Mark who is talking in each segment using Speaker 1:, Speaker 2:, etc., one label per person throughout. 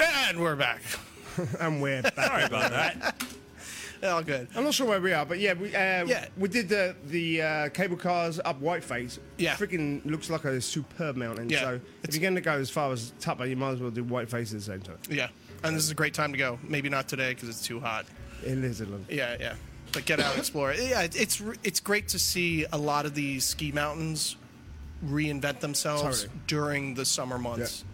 Speaker 1: And we're back.
Speaker 2: and we're back.
Speaker 3: Sorry about that.
Speaker 1: All good.
Speaker 2: I'm not sure where we are, but yeah, we, uh,
Speaker 1: Yeah.
Speaker 2: we did the the uh, cable cars up Whiteface.
Speaker 1: Yeah.
Speaker 2: freaking looks like a superb mountain.
Speaker 1: Yeah.
Speaker 2: So if
Speaker 1: It's-
Speaker 2: you're going to go as far as Tupper, you might as well do Whiteface at the same time.
Speaker 1: Yeah. And this is a great time to go. Maybe not today because it's too hot.
Speaker 2: It is a little.
Speaker 1: Yeah, yeah. But get out and explore. Yeah, it- it's re- it's great to see a lot of these ski mountains reinvent themselves
Speaker 2: Totally.
Speaker 1: during the summer months.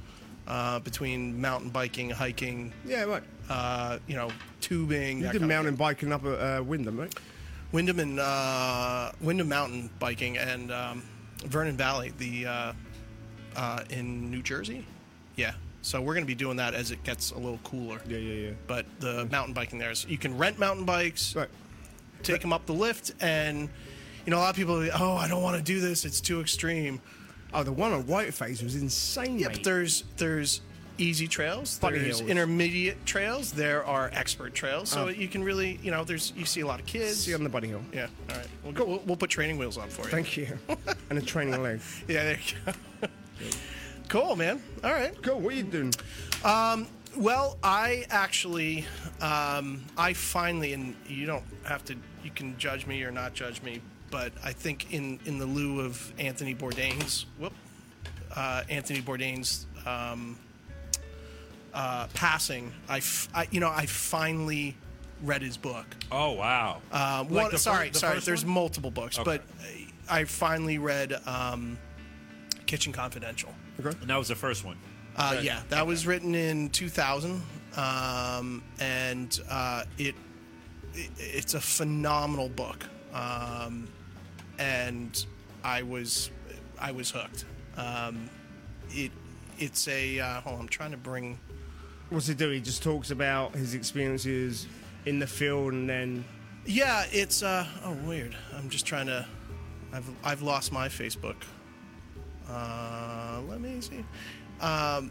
Speaker 1: Uh, between mountain biking, hiking,
Speaker 2: Yeah, right.
Speaker 1: uh, you know, tubing.
Speaker 2: You
Speaker 1: that
Speaker 2: did
Speaker 1: kind of
Speaker 2: mountain biking up at uh, Wyndham, right?
Speaker 1: thing. Wyndham and uh, Wyndham Mountain biking and um, Vernon Valley, the uh, uh, in New Jersey. Yeah. So we're going to be doing that as it gets a little cooler.
Speaker 2: Yeah, yeah, yeah.
Speaker 1: But the mountain biking there is you can rent mountain bikes.
Speaker 2: Right.
Speaker 1: take them up the lift and you know a lot of people are like, oh i don't want to do this it's too extreme
Speaker 2: Oh, the one on Whiteface was insane.
Speaker 1: yeah
Speaker 2: mate.
Speaker 1: but there's there's easy trails
Speaker 2: Bunny
Speaker 1: there's
Speaker 2: hills.
Speaker 1: intermediate trails there are expert trails so
Speaker 2: Oh.
Speaker 1: you can really you know there's you see a lot of kids
Speaker 2: See you on the bunny hill.
Speaker 1: yeah all right we'll go we'll, we'll put training wheels on for you
Speaker 2: Thank you. and a training leg.
Speaker 1: yeah there you go cool man all right
Speaker 2: Cool. What are you doing?
Speaker 1: Well, I actually, um, I finally, and you don't have to, you can judge me or not judge me, but I think in in the lieu of Anthony Bourdain's, whoop, uh, Anthony Bourdain's um, uh, passing, I, f- I, you know, I finally read his book.
Speaker 3: Oh wow.
Speaker 1: Um,
Speaker 3: Like
Speaker 1: one-
Speaker 3: the fir-
Speaker 1: sorry,
Speaker 3: the
Speaker 1: sorry.
Speaker 3: first
Speaker 1: There's
Speaker 3: one?
Speaker 1: multiple books,
Speaker 3: Okay.
Speaker 1: but I finally read um, Kitchen Confidential.
Speaker 3: and that was the first one.
Speaker 1: Uh, yeah, that was written in 2000, um, and uh, it, it it's a phenomenal book, um, and I was I was hooked. Um, it it's a uh, hold on, I'm trying to bring
Speaker 2: What's he do? He just talks about his experiences in the field, and then
Speaker 1: yeah, it's uh, oh weird. I'm just trying to I've I've lost my Facebook. Uh, let me see. Um,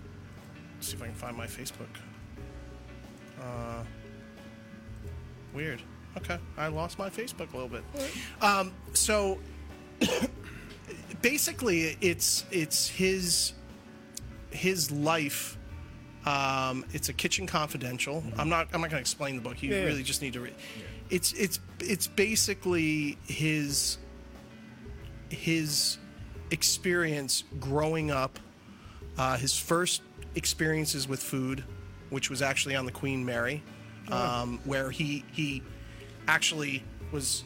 Speaker 1: see if I can find my Facebook. Uh, weird. Okay, I lost my Facebook a little bit. Um, so basically, it's it's his his life. Um, it's a kitchen confidential. I'm not I'm not going to explain the book. You
Speaker 2: Mm-hmm. Yeah.
Speaker 1: really just need to read. It's it's it's basically his his experience growing up, uh, his first experiences with food, which was actually on the Queen Mary,
Speaker 2: Oh.
Speaker 1: um, where he he actually was.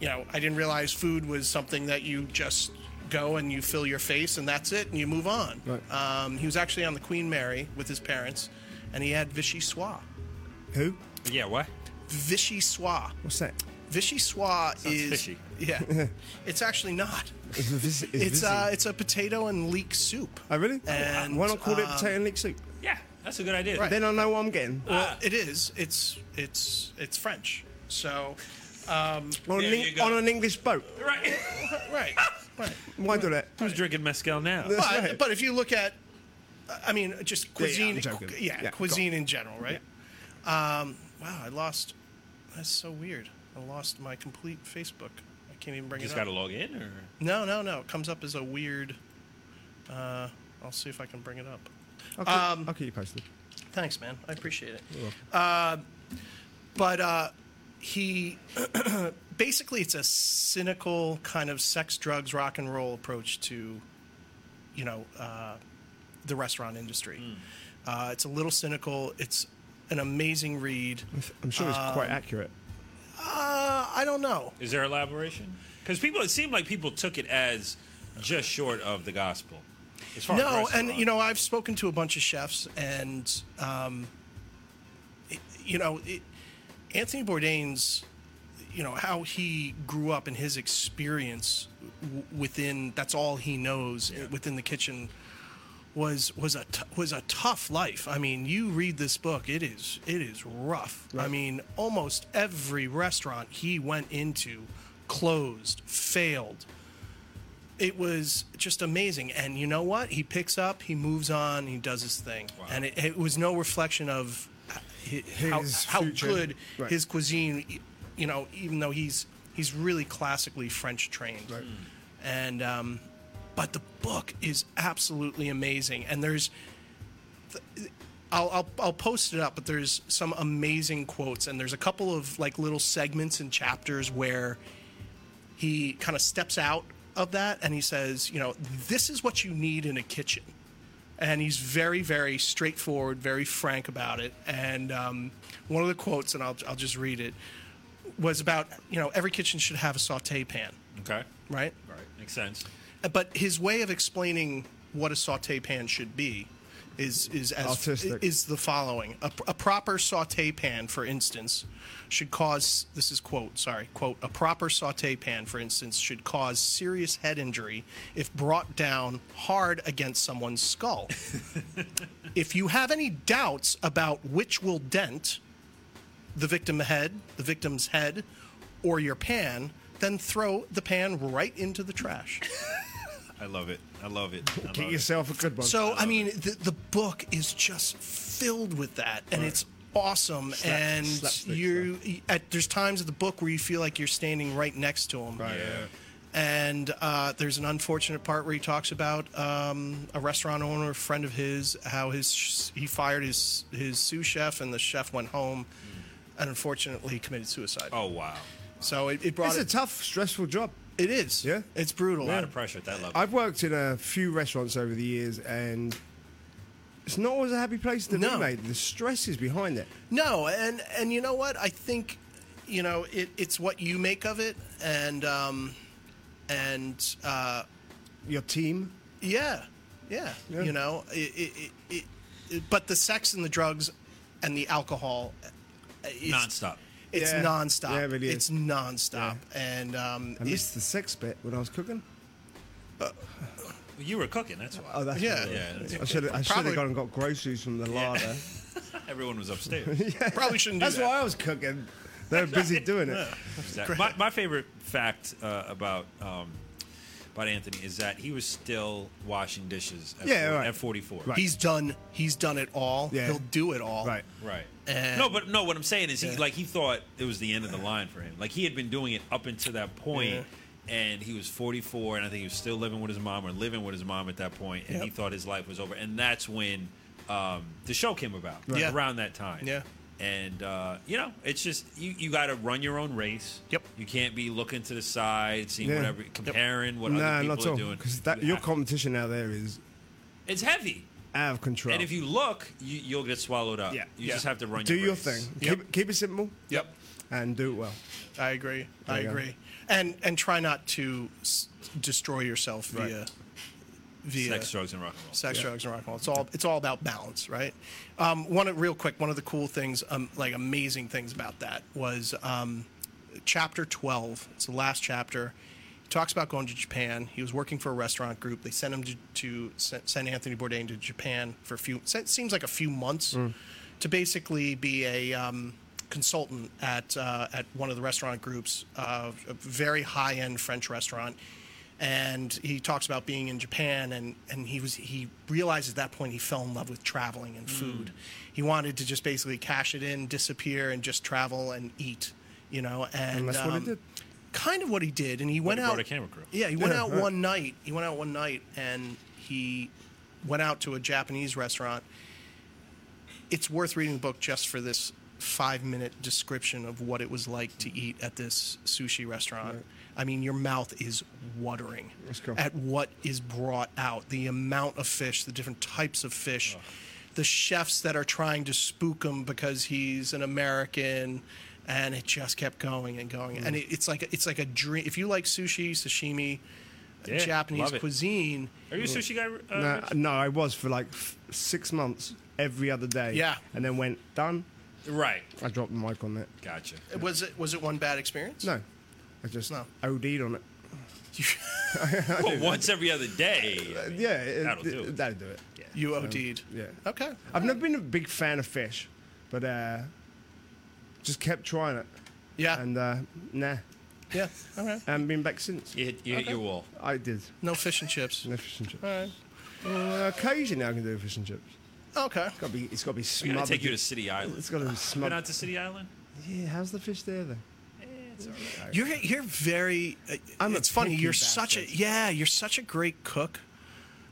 Speaker 1: You know, I didn't realize food was something that you just go and you fill your face and that's it and you move on.
Speaker 2: Right.
Speaker 1: Um, he was actually on the Queen Mary with his parents, and he had Vichy Soie.
Speaker 2: who?
Speaker 3: Yeah. What?
Speaker 1: Vichy Soie.
Speaker 2: What's that?
Speaker 1: Vichy Soie is
Speaker 3: fishy.
Speaker 1: yeah. it's actually not.
Speaker 2: It's vis- it's
Speaker 1: It's
Speaker 2: busy.
Speaker 1: uh, it's a potato and leek soup.
Speaker 2: Oh really?
Speaker 1: and,
Speaker 2: Why not call it
Speaker 1: um,
Speaker 2: potato and leek soup?
Speaker 3: Yeah. That's a good idea.
Speaker 2: Then I know what I'm getting.
Speaker 1: Well, it is. It's it's it's French. So, um,
Speaker 2: on,
Speaker 3: there
Speaker 2: an,
Speaker 3: you
Speaker 2: Eng-
Speaker 3: go.
Speaker 2: on an English boat.
Speaker 3: Right.
Speaker 1: right, right.
Speaker 2: Why do that?
Speaker 3: Who's drinking mezcal now?
Speaker 2: That's
Speaker 1: But
Speaker 2: right.
Speaker 1: but if you look at, I mean, just
Speaker 2: Yeah, yeah,
Speaker 1: cuisine.
Speaker 2: I'm joking.
Speaker 1: cu- yeah,
Speaker 2: Yeah,
Speaker 1: cuisine in general, right? Um, wow, I lost. That's so weird. I lost my complete Facebook. I can't even bring
Speaker 3: Just
Speaker 1: it up.
Speaker 3: gotta log in, or
Speaker 1: No, no, no. It comes up as a weird. Uh, I'll see if I can bring it up.
Speaker 2: I'll keep, I'll keep you posted.
Speaker 1: Thanks, man. I appreciate it. Uh, but uh, he basically it's a cynical kind of sex, drugs, rock and roll approach to, you know, uh, the restaurant industry. Uh, it's a little cynical. It's an amazing read.
Speaker 2: I'm sure it's quite accurate.
Speaker 1: Uh, I don't know.
Speaker 3: is there elaboration? Because people, it seemed like people took it as just short of the gospel. As far as
Speaker 1: no and
Speaker 3: restaurant.
Speaker 1: you know i've spoken to a bunch of chefs and um, it- you know it, anthony bourdain's you know how he grew up and his experience w- within that's all he knows within the kitchen was was a t- was a tough life. I mean, you read this book, it is it is rough. I mean, almost every restaurant he went into closed, failed. It was just amazing. And you know what? He picks up, he moves on, he does his thing.
Speaker 3: Wow.
Speaker 1: And it, it was no reflection of hi- how,
Speaker 2: His
Speaker 1: how
Speaker 2: future.
Speaker 1: good
Speaker 2: Right.
Speaker 1: his cuisine, you know, even though he's he's really classically French trained. And um, but the book is absolutely amazing and there's I'll, I'll I'll post it up, but there's some amazing quotes, and there's a couple of like little segments and chapters where he kind of steps out of that and he says, you know, this is what you need in a kitchen, and he's very very straightforward, very frank about it. And um, one of the quotes, and I'll I'll just read it, was about you know every kitchen should have a saute pan,
Speaker 3: Okay.
Speaker 1: right?
Speaker 3: Right. Makes sense.
Speaker 1: but his way of explaining what a saute pan should be is is as
Speaker 2: Autistic.
Speaker 1: is the following a, a proper saute pan for instance should cause this is quote sorry quote a proper saute pan for instance should cause serious head injury if brought down hard against someone's skull if you have any doubts about which will dent the victim head the victim's head or your pan then throw the pan right into the trash
Speaker 3: I love it. I love it. I
Speaker 2: Get
Speaker 3: love it.
Speaker 2: yourself a good one.
Speaker 1: So I mean, the, the book is just filled with that, and it's awesome. and
Speaker 2: slapstick
Speaker 1: you, at, there's times of the book where you feel like you're standing right next to him.
Speaker 2: Right.
Speaker 3: Yeah.
Speaker 1: And uh, there's an unfortunate part where he talks about um, a restaurant owner, a friend of his, how his sh- he fired his his sous chef, and the chef went home, and unfortunately committed suicide.
Speaker 3: Oh wow.
Speaker 1: So it, it brought
Speaker 2: it's a
Speaker 1: it,
Speaker 2: tough, stressful job.
Speaker 1: it is
Speaker 2: Yeah.
Speaker 1: it's brutal.
Speaker 3: A lot of pressure at that level.
Speaker 2: I've worked in a few restaurants over the years, and it's not always a happy place to
Speaker 1: No.
Speaker 2: be, mate. The stress is behind it.
Speaker 1: No, and and you know what? I think, you know, it, it's what you make of it, and um, and uh,
Speaker 2: Your team,
Speaker 1: yeah, yeah,
Speaker 2: Yeah.
Speaker 1: you know, it, it, it, it, but the sex and the drugs and the alcohol, uh, it's,
Speaker 3: Nonstop.
Speaker 1: It's
Speaker 2: Yeah.
Speaker 1: nonstop.
Speaker 2: Yeah, it really is.
Speaker 1: It's nonstop, and um,
Speaker 2: I missed the sex bit when I was cooking.
Speaker 3: You were cooking. That's why.
Speaker 2: Oh, that's
Speaker 1: Yeah.
Speaker 2: what it
Speaker 3: Yeah,
Speaker 2: was.
Speaker 3: that's
Speaker 2: I should have, I should
Speaker 1: Probably-
Speaker 2: have gone and got groceries from the larder.
Speaker 3: Everyone was upstairs.
Speaker 1: it probably shouldn't do
Speaker 2: That's
Speaker 1: that.
Speaker 2: why I was cooking. They were busy doing it.
Speaker 3: Exactly. my, my favorite fact uh, about um, about Anthony is that he was still washing dishes. At,
Speaker 2: Yeah,
Speaker 3: four-
Speaker 2: right.
Speaker 3: at 44.
Speaker 2: Right.
Speaker 1: He's done. He's done it all.
Speaker 2: Yeah.
Speaker 1: He'll do it all.
Speaker 2: Right.
Speaker 3: Right.
Speaker 1: And-
Speaker 3: no, but no. What I'm saying is, he
Speaker 1: Yeah.
Speaker 3: like he thought it was the end of the line for him. Like he had been doing it up until that point, and he was 44, and I think he was still living with his mom or living with his mom at that point, and he
Speaker 1: Yep.
Speaker 3: thought his life was over. And that's when um, the show came about.
Speaker 1: Yeah.
Speaker 3: Around that time.
Speaker 1: Yeah.
Speaker 3: And uh, you know, it's just you, you got to run your own race.
Speaker 1: Yep.
Speaker 3: You can't be looking to the side, seeing
Speaker 2: Yeah.
Speaker 3: whatever, comparing what
Speaker 2: No,
Speaker 3: other
Speaker 2: not at
Speaker 3: people are
Speaker 2: all.
Speaker 3: doing.
Speaker 2: Because that
Speaker 3: You
Speaker 2: your
Speaker 3: have-
Speaker 2: competition out there is
Speaker 3: it's heavy.
Speaker 2: out of control.
Speaker 3: And if you look, you, you'll get swallowed up.
Speaker 2: Yeah.
Speaker 3: You
Speaker 1: Yeah.
Speaker 3: just have to run
Speaker 2: do
Speaker 3: your
Speaker 2: your
Speaker 3: race.
Speaker 2: thing,
Speaker 1: Yep.
Speaker 2: keep, keep it simple,
Speaker 1: Yep.
Speaker 2: and do it well.
Speaker 1: I agree. I
Speaker 2: There you go.
Speaker 1: agree. And and try not to s- destroy yourself via via
Speaker 3: Sex, drugs, and rock and roll.
Speaker 1: sex, drugs, and rock and roll. It's all it's all about balance, right? Um, one of- real quick, one of the cool things, um, like amazing things about that was um, chapter twelve. It's the last chapter. He talks about going to Japan. He was working for a restaurant group. They sent him to, to sent, sent Anthony Bourdain to Japan for a few. It seems like a few months to basically be a um, consultant at uh, at one of the restaurant groups, uh, a very high end French restaurant and he talks about being in Japan and, and he was he realized at that point he fell in love with traveling
Speaker 3: Mm.
Speaker 1: and food. He wanted to just basically cash it in, disappear and just travel and eat, you know, and,
Speaker 2: And that's what he
Speaker 1: um,
Speaker 2: did.
Speaker 1: Kind of what he did and he went
Speaker 3: he
Speaker 1: out
Speaker 3: brought a camera crew.
Speaker 1: Yeah, he went
Speaker 2: Yeah,
Speaker 1: out
Speaker 2: right.
Speaker 1: one night. He went out one night and he went out to a Japanese restaurant. It's worth reading the book just for this 5-minute description of what it was like to eat at this sushi restaurant. I mean, your mouth is watering
Speaker 2: Let's go.
Speaker 1: at what is brought out the amount of fish, the different types of fish, the chefs that are trying to spook him because he's an American. And it just kept going and going,
Speaker 2: Mm.
Speaker 1: and it, it's like it's like a dream. If you like sushi, sashimi,
Speaker 3: Yeah,
Speaker 1: Japanese
Speaker 3: love it.
Speaker 1: cuisine,
Speaker 3: Are you a sushi guy? Uh,
Speaker 2: No,
Speaker 3: Rich?
Speaker 2: no, I was for like f- six months every other day.
Speaker 1: Yeah.
Speaker 2: and then went done.
Speaker 3: Right.
Speaker 2: I dropped the mic on that.
Speaker 3: Gotcha.
Speaker 1: was it was it one bad experience?
Speaker 2: No, I just
Speaker 1: No.
Speaker 2: OD'd on it.
Speaker 3: Well, once every other day. I mean,
Speaker 2: Yeah, it,
Speaker 3: That'll
Speaker 2: it-
Speaker 3: do it.
Speaker 2: That'll do it.
Speaker 1: you OD'd.
Speaker 2: Um, yeah.
Speaker 1: Okay.
Speaker 2: I've never been a big fan of fish, but uh, just kept trying it,
Speaker 1: Yeah.
Speaker 2: and uh, nah,
Speaker 1: yeah. All right.
Speaker 2: I haven't been back since.
Speaker 3: You hit, you hit your wall.
Speaker 2: I did.
Speaker 1: No fish and chips.
Speaker 2: No fish and chips.
Speaker 1: All right.
Speaker 2: Well, occasionally I can do fish and chips.
Speaker 1: Okay.
Speaker 2: Gotta be, it's got to be
Speaker 3: I'm
Speaker 2: smothered.
Speaker 3: gonna take you to City Island.
Speaker 2: It's got to be
Speaker 3: Been
Speaker 2: smothered.
Speaker 3: out to City Island?
Speaker 2: Yeah, how's the fish there then?
Speaker 1: You're you're very. Uh,
Speaker 2: I'm a
Speaker 1: it's funny.
Speaker 2: picky
Speaker 1: You're such a
Speaker 2: bastard.
Speaker 1: yeah. You're such a great cook,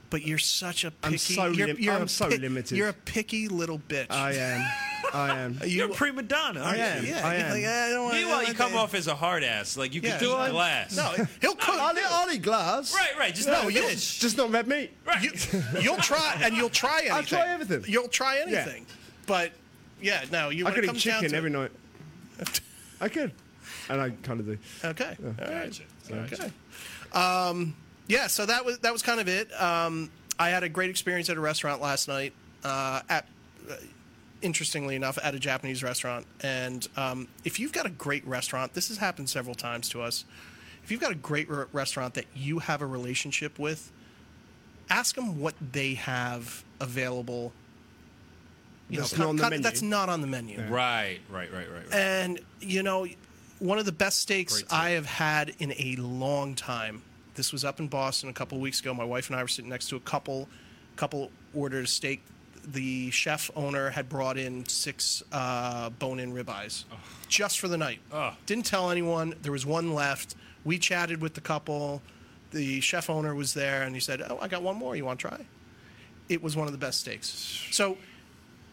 Speaker 1: but you're such a picky.
Speaker 2: I'm so
Speaker 1: you're,
Speaker 2: lim-
Speaker 1: you're
Speaker 2: I'm
Speaker 1: a
Speaker 2: so
Speaker 1: pi-
Speaker 2: limited.
Speaker 1: You're a picky little bitch.
Speaker 2: I am. I am.
Speaker 1: you,
Speaker 3: You're a prima donna. aren't
Speaker 2: I am.
Speaker 3: you?
Speaker 1: yeah,
Speaker 2: I
Speaker 1: you're
Speaker 2: am.
Speaker 1: like, I don't wanna-
Speaker 3: Meanwhile,
Speaker 1: I
Speaker 3: you
Speaker 1: don't
Speaker 3: come
Speaker 1: wanna-
Speaker 3: off as a hard ass. Like you
Speaker 1: Yeah.
Speaker 3: can
Speaker 1: Do
Speaker 3: do
Speaker 1: I?
Speaker 3: glass.
Speaker 1: No, he'll cook.
Speaker 2: I'll, eat, I'll eat glass.
Speaker 3: Right, right. Just
Speaker 2: No,
Speaker 3: not a
Speaker 2: you-
Speaker 3: bitch.
Speaker 2: just not red meat.
Speaker 3: Right.
Speaker 1: You, you'll try, and you'll try anything.
Speaker 2: I'll try everything.
Speaker 1: You'll try
Speaker 2: Yeah.
Speaker 1: anything. But yeah, no, you.
Speaker 2: I
Speaker 1: when it
Speaker 2: could eat
Speaker 1: comes down
Speaker 2: chicken
Speaker 1: to-
Speaker 2: every night. I could. And I kind of do.
Speaker 1: Okay. All right.
Speaker 3: Gotcha.
Speaker 1: Okay. Um, yeah. So that was that was kind of it. Um, I had a great experience at a restaurant last night. Uh, at uh, interestingly enough, at a Japanese restaurant. And um, if you've got a great restaurant, this has happened several times to us. If you've got a great re- restaurant that you have a relationship with, ask them what they have available. You
Speaker 2: That's not on the
Speaker 1: kind-
Speaker 2: menu.
Speaker 1: That's not on the menu.
Speaker 3: Right, right, right, right. right.
Speaker 1: And you know, one of the best steaks
Speaker 3: Great steak.
Speaker 1: I have had in a long time. This was up in Boston a couple weeks ago. My wife and I were sitting next to a couple. Couple ordered a steak. The chef owner had brought in six uh, bone-in ribeyes just for the night. Didn't tell anyone. There was one left. We chatted with the couple. The chef owner was there, and he said, "Oh, I got one more. You want to try?" It was one of the best steaks. So,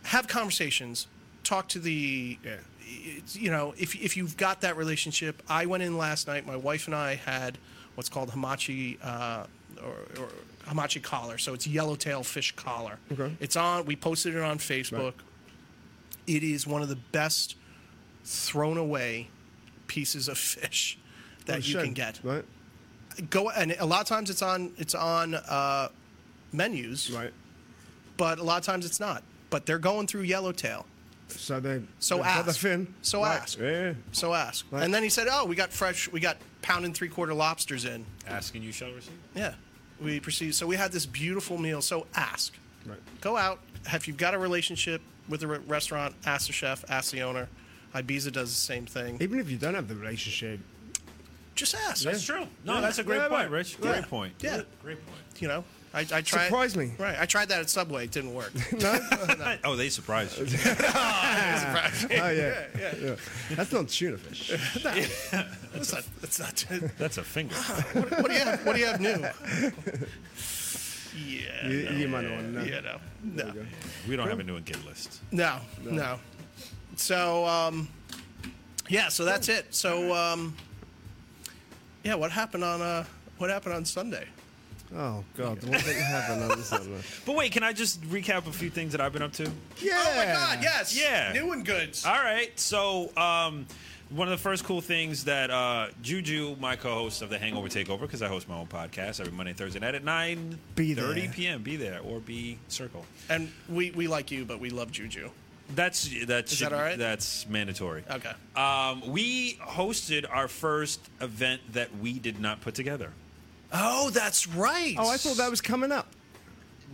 Speaker 1: have conversations. Talk to the
Speaker 2: Yeah.
Speaker 1: it's, you know, if if you've got that relationship, I went in last night. My wife and I had what's called hamachi uh, or, or hamachi collar. So it's yellowtail fish collar.
Speaker 2: Okay.
Speaker 1: It's on. We posted it on Facebook. It is one of the best thrown away pieces of fish that you
Speaker 2: Shame,
Speaker 1: can get.
Speaker 2: Right?
Speaker 1: Go and a lot of times it's on it's on uh, menus,
Speaker 2: Right.
Speaker 1: but a lot of times it's not. But they're going through yellowtail.
Speaker 2: So they.
Speaker 1: So
Speaker 2: they've got The
Speaker 1: ask.
Speaker 2: fin.
Speaker 1: So
Speaker 2: right.
Speaker 1: ask.
Speaker 2: Yeah.
Speaker 1: So ask. And then he said, "Oh, we got fresh. We got pound and three quarter lobsters in.
Speaker 3: Asking you shall receive.
Speaker 1: Yeah, we proceed. So we had this beautiful meal. So ask.
Speaker 2: Right.
Speaker 1: Go out. If you've got a relationship with a re- restaurant, ask the chef, ask the owner. Ibiza does the same thing.
Speaker 2: Even if you don't have the relationship,
Speaker 1: Just ask.
Speaker 3: That's true. No,
Speaker 2: Yeah.
Speaker 3: that's a great
Speaker 2: Yeah,
Speaker 3: point,
Speaker 2: right.
Speaker 3: Rich.
Speaker 1: Yeah.
Speaker 3: Great point.
Speaker 1: Yeah.
Speaker 3: Great point.
Speaker 1: You know, I, I tried.
Speaker 2: Surprised me.
Speaker 1: Right. I tried that at Subway. It didn't work.
Speaker 3: Oh, they surprised you.
Speaker 2: oh yeah, yeah, That's not tuna fish.
Speaker 1: That's not. That's not.
Speaker 3: That's a finger.
Speaker 1: What do you have? What do you have new? Yeah.
Speaker 2: you, you might not want to know.
Speaker 1: You know. No.
Speaker 3: We don't have a new and kid list.
Speaker 1: No, no. So, um, yeah. So that's it. So, um, yeah. What happened on uh, what happened on Sunday?
Speaker 2: Oh god, what did happen on this one?
Speaker 3: But wait, can I just recap a few things that I've been up to?
Speaker 2: Yeah.
Speaker 1: Oh my God! Yes.
Speaker 3: Yeah.
Speaker 1: New and goods.
Speaker 3: All right. So, um, one of the first cool things that uh, Juju, my co-host of the Hangover Takeover, because I host my own podcast every Monday, and Thursday night at nine
Speaker 2: Be there.
Speaker 3: thirty p.m. Be there or be circle.
Speaker 1: and we we like you, but we love Juju.
Speaker 3: That's that's
Speaker 1: that all right?
Speaker 3: that's mandatory.
Speaker 1: Okay.
Speaker 3: Um, we hosted our first event that we did not put together.
Speaker 1: Oh, that's right.
Speaker 2: Oh, I thought that was coming up.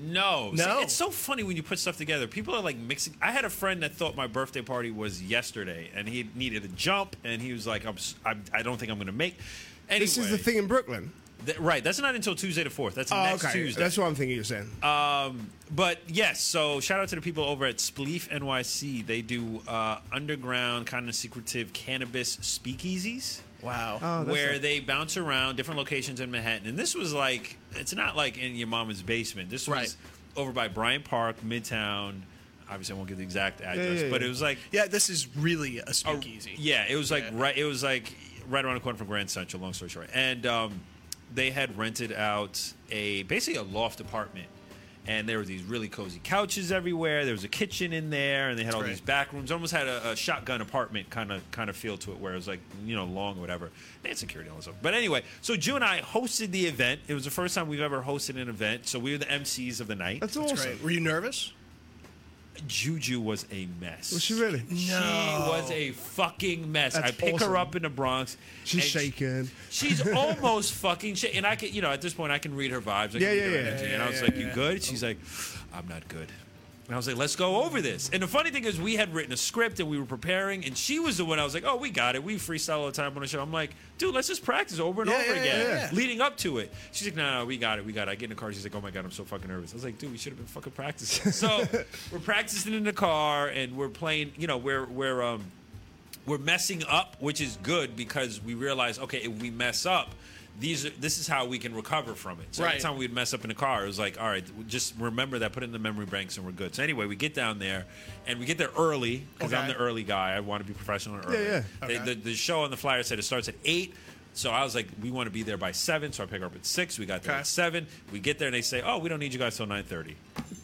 Speaker 3: No,
Speaker 1: No.
Speaker 3: See, it's so funny when you put stuff together. People are like mixing. I had a friend that thought my birthday party was yesterday, and he needed a jump, and he was like, "I'm, s- I'm I don't think I'm going to make." Anyway,
Speaker 2: This is the thing in Brooklyn.
Speaker 3: th- right? That's not until Tuesday the fourth. That's
Speaker 2: Oh,
Speaker 3: next
Speaker 2: okay.
Speaker 3: Tuesday.
Speaker 2: That's what I'm thinking you're saying.
Speaker 1: Uh,
Speaker 3: But yes, so shout out to the people over at Spleef NYC. They do uh, underground, kind of secretive cannabis speakeasies.
Speaker 1: Wow.
Speaker 2: Oh, that's
Speaker 3: where
Speaker 2: it.
Speaker 3: they bounce around different locations in Manhattan. And this was like, it's not like in your mama's basement. This was
Speaker 1: Right.
Speaker 3: over by Bryant Park, Midtown. Obviously, I won't give the exact address,
Speaker 2: yeah,
Speaker 3: but
Speaker 2: yeah.
Speaker 3: it was like,
Speaker 1: yeah, this is really a
Speaker 3: a-
Speaker 1: speakeasy.
Speaker 3: yeah, it was like
Speaker 1: Oh, Yeah.
Speaker 3: right. It was like right around the corner from Grand Central. Long story short, and um, they had rented out a basically a loft apartment. And there were these really cozy couches everywhere. There was a kitchen in there, and they had all
Speaker 1: great.
Speaker 3: these back rooms. Almost had a, a shotgun apartment kind of kind of feel to it, where it was like you know long or whatever. They had security and all that stuff. But anyway, so Ju and I hosted the event. It was the first time we've ever hosted an event, so we were the MCs of the night.
Speaker 2: that's
Speaker 1: That's
Speaker 2: awesome.
Speaker 1: great. Were you nervous?
Speaker 3: Juju was a mess.
Speaker 2: Was she really?
Speaker 3: She
Speaker 1: No.
Speaker 3: was a fucking mess. I
Speaker 2: That's
Speaker 3: pick
Speaker 2: awesome.
Speaker 3: her up in the Bronx.
Speaker 2: She's
Speaker 3: and she-
Speaker 2: shaking.
Speaker 3: She's almost fucking shit. And I can, you know, at this point, I can read her vibes. I can
Speaker 2: Yeah,
Speaker 3: read
Speaker 2: yeah,
Speaker 3: her
Speaker 2: yeah.
Speaker 3: energy.
Speaker 2: Yeah,
Speaker 3: and I was
Speaker 1: yeah,
Speaker 3: like,
Speaker 1: yeah.
Speaker 3: "You good?" She's like, "I'm not good." And I was like, "Let's go over this." And the funny thing is, we had written a script and we were preparing, and she was the one. I was like, "Oh, we got it. We freestyle all the time on the show." I'm like, "Dude, let's just practice over and
Speaker 1: Yeah,
Speaker 3: over
Speaker 1: yeah,
Speaker 3: again,
Speaker 1: yeah, yeah.
Speaker 3: leading up to it." She's like, "No, no, we got it. We got it." I get in the car. She's like, "Oh my god, I'm so fucking nervous." I was like, "Dude, we should have been fucking practicing." So we're practicing in the car, and we're playing. You know, we're we're um we're messing up, which is good because we realize, okay, if we mess up, these are, this is how we can recover from it. So every
Speaker 1: Right.
Speaker 3: time we'd mess up in the car, it was like, all right, just remember that, put it in the memory banks, and we're good. So anyway, we get down there, and we get there early because I'm
Speaker 1: Okay.
Speaker 3: the early guy. I want to be professional and early.
Speaker 2: yeah.
Speaker 3: They-
Speaker 1: Okay.
Speaker 3: the, the show on the flyer said it starts at eight. So I was like, we want to be there by seven. So I pick her up at six. We got there
Speaker 1: Okay.
Speaker 3: at seven. We get there and they say, oh, we don't need you guys till nine thirty.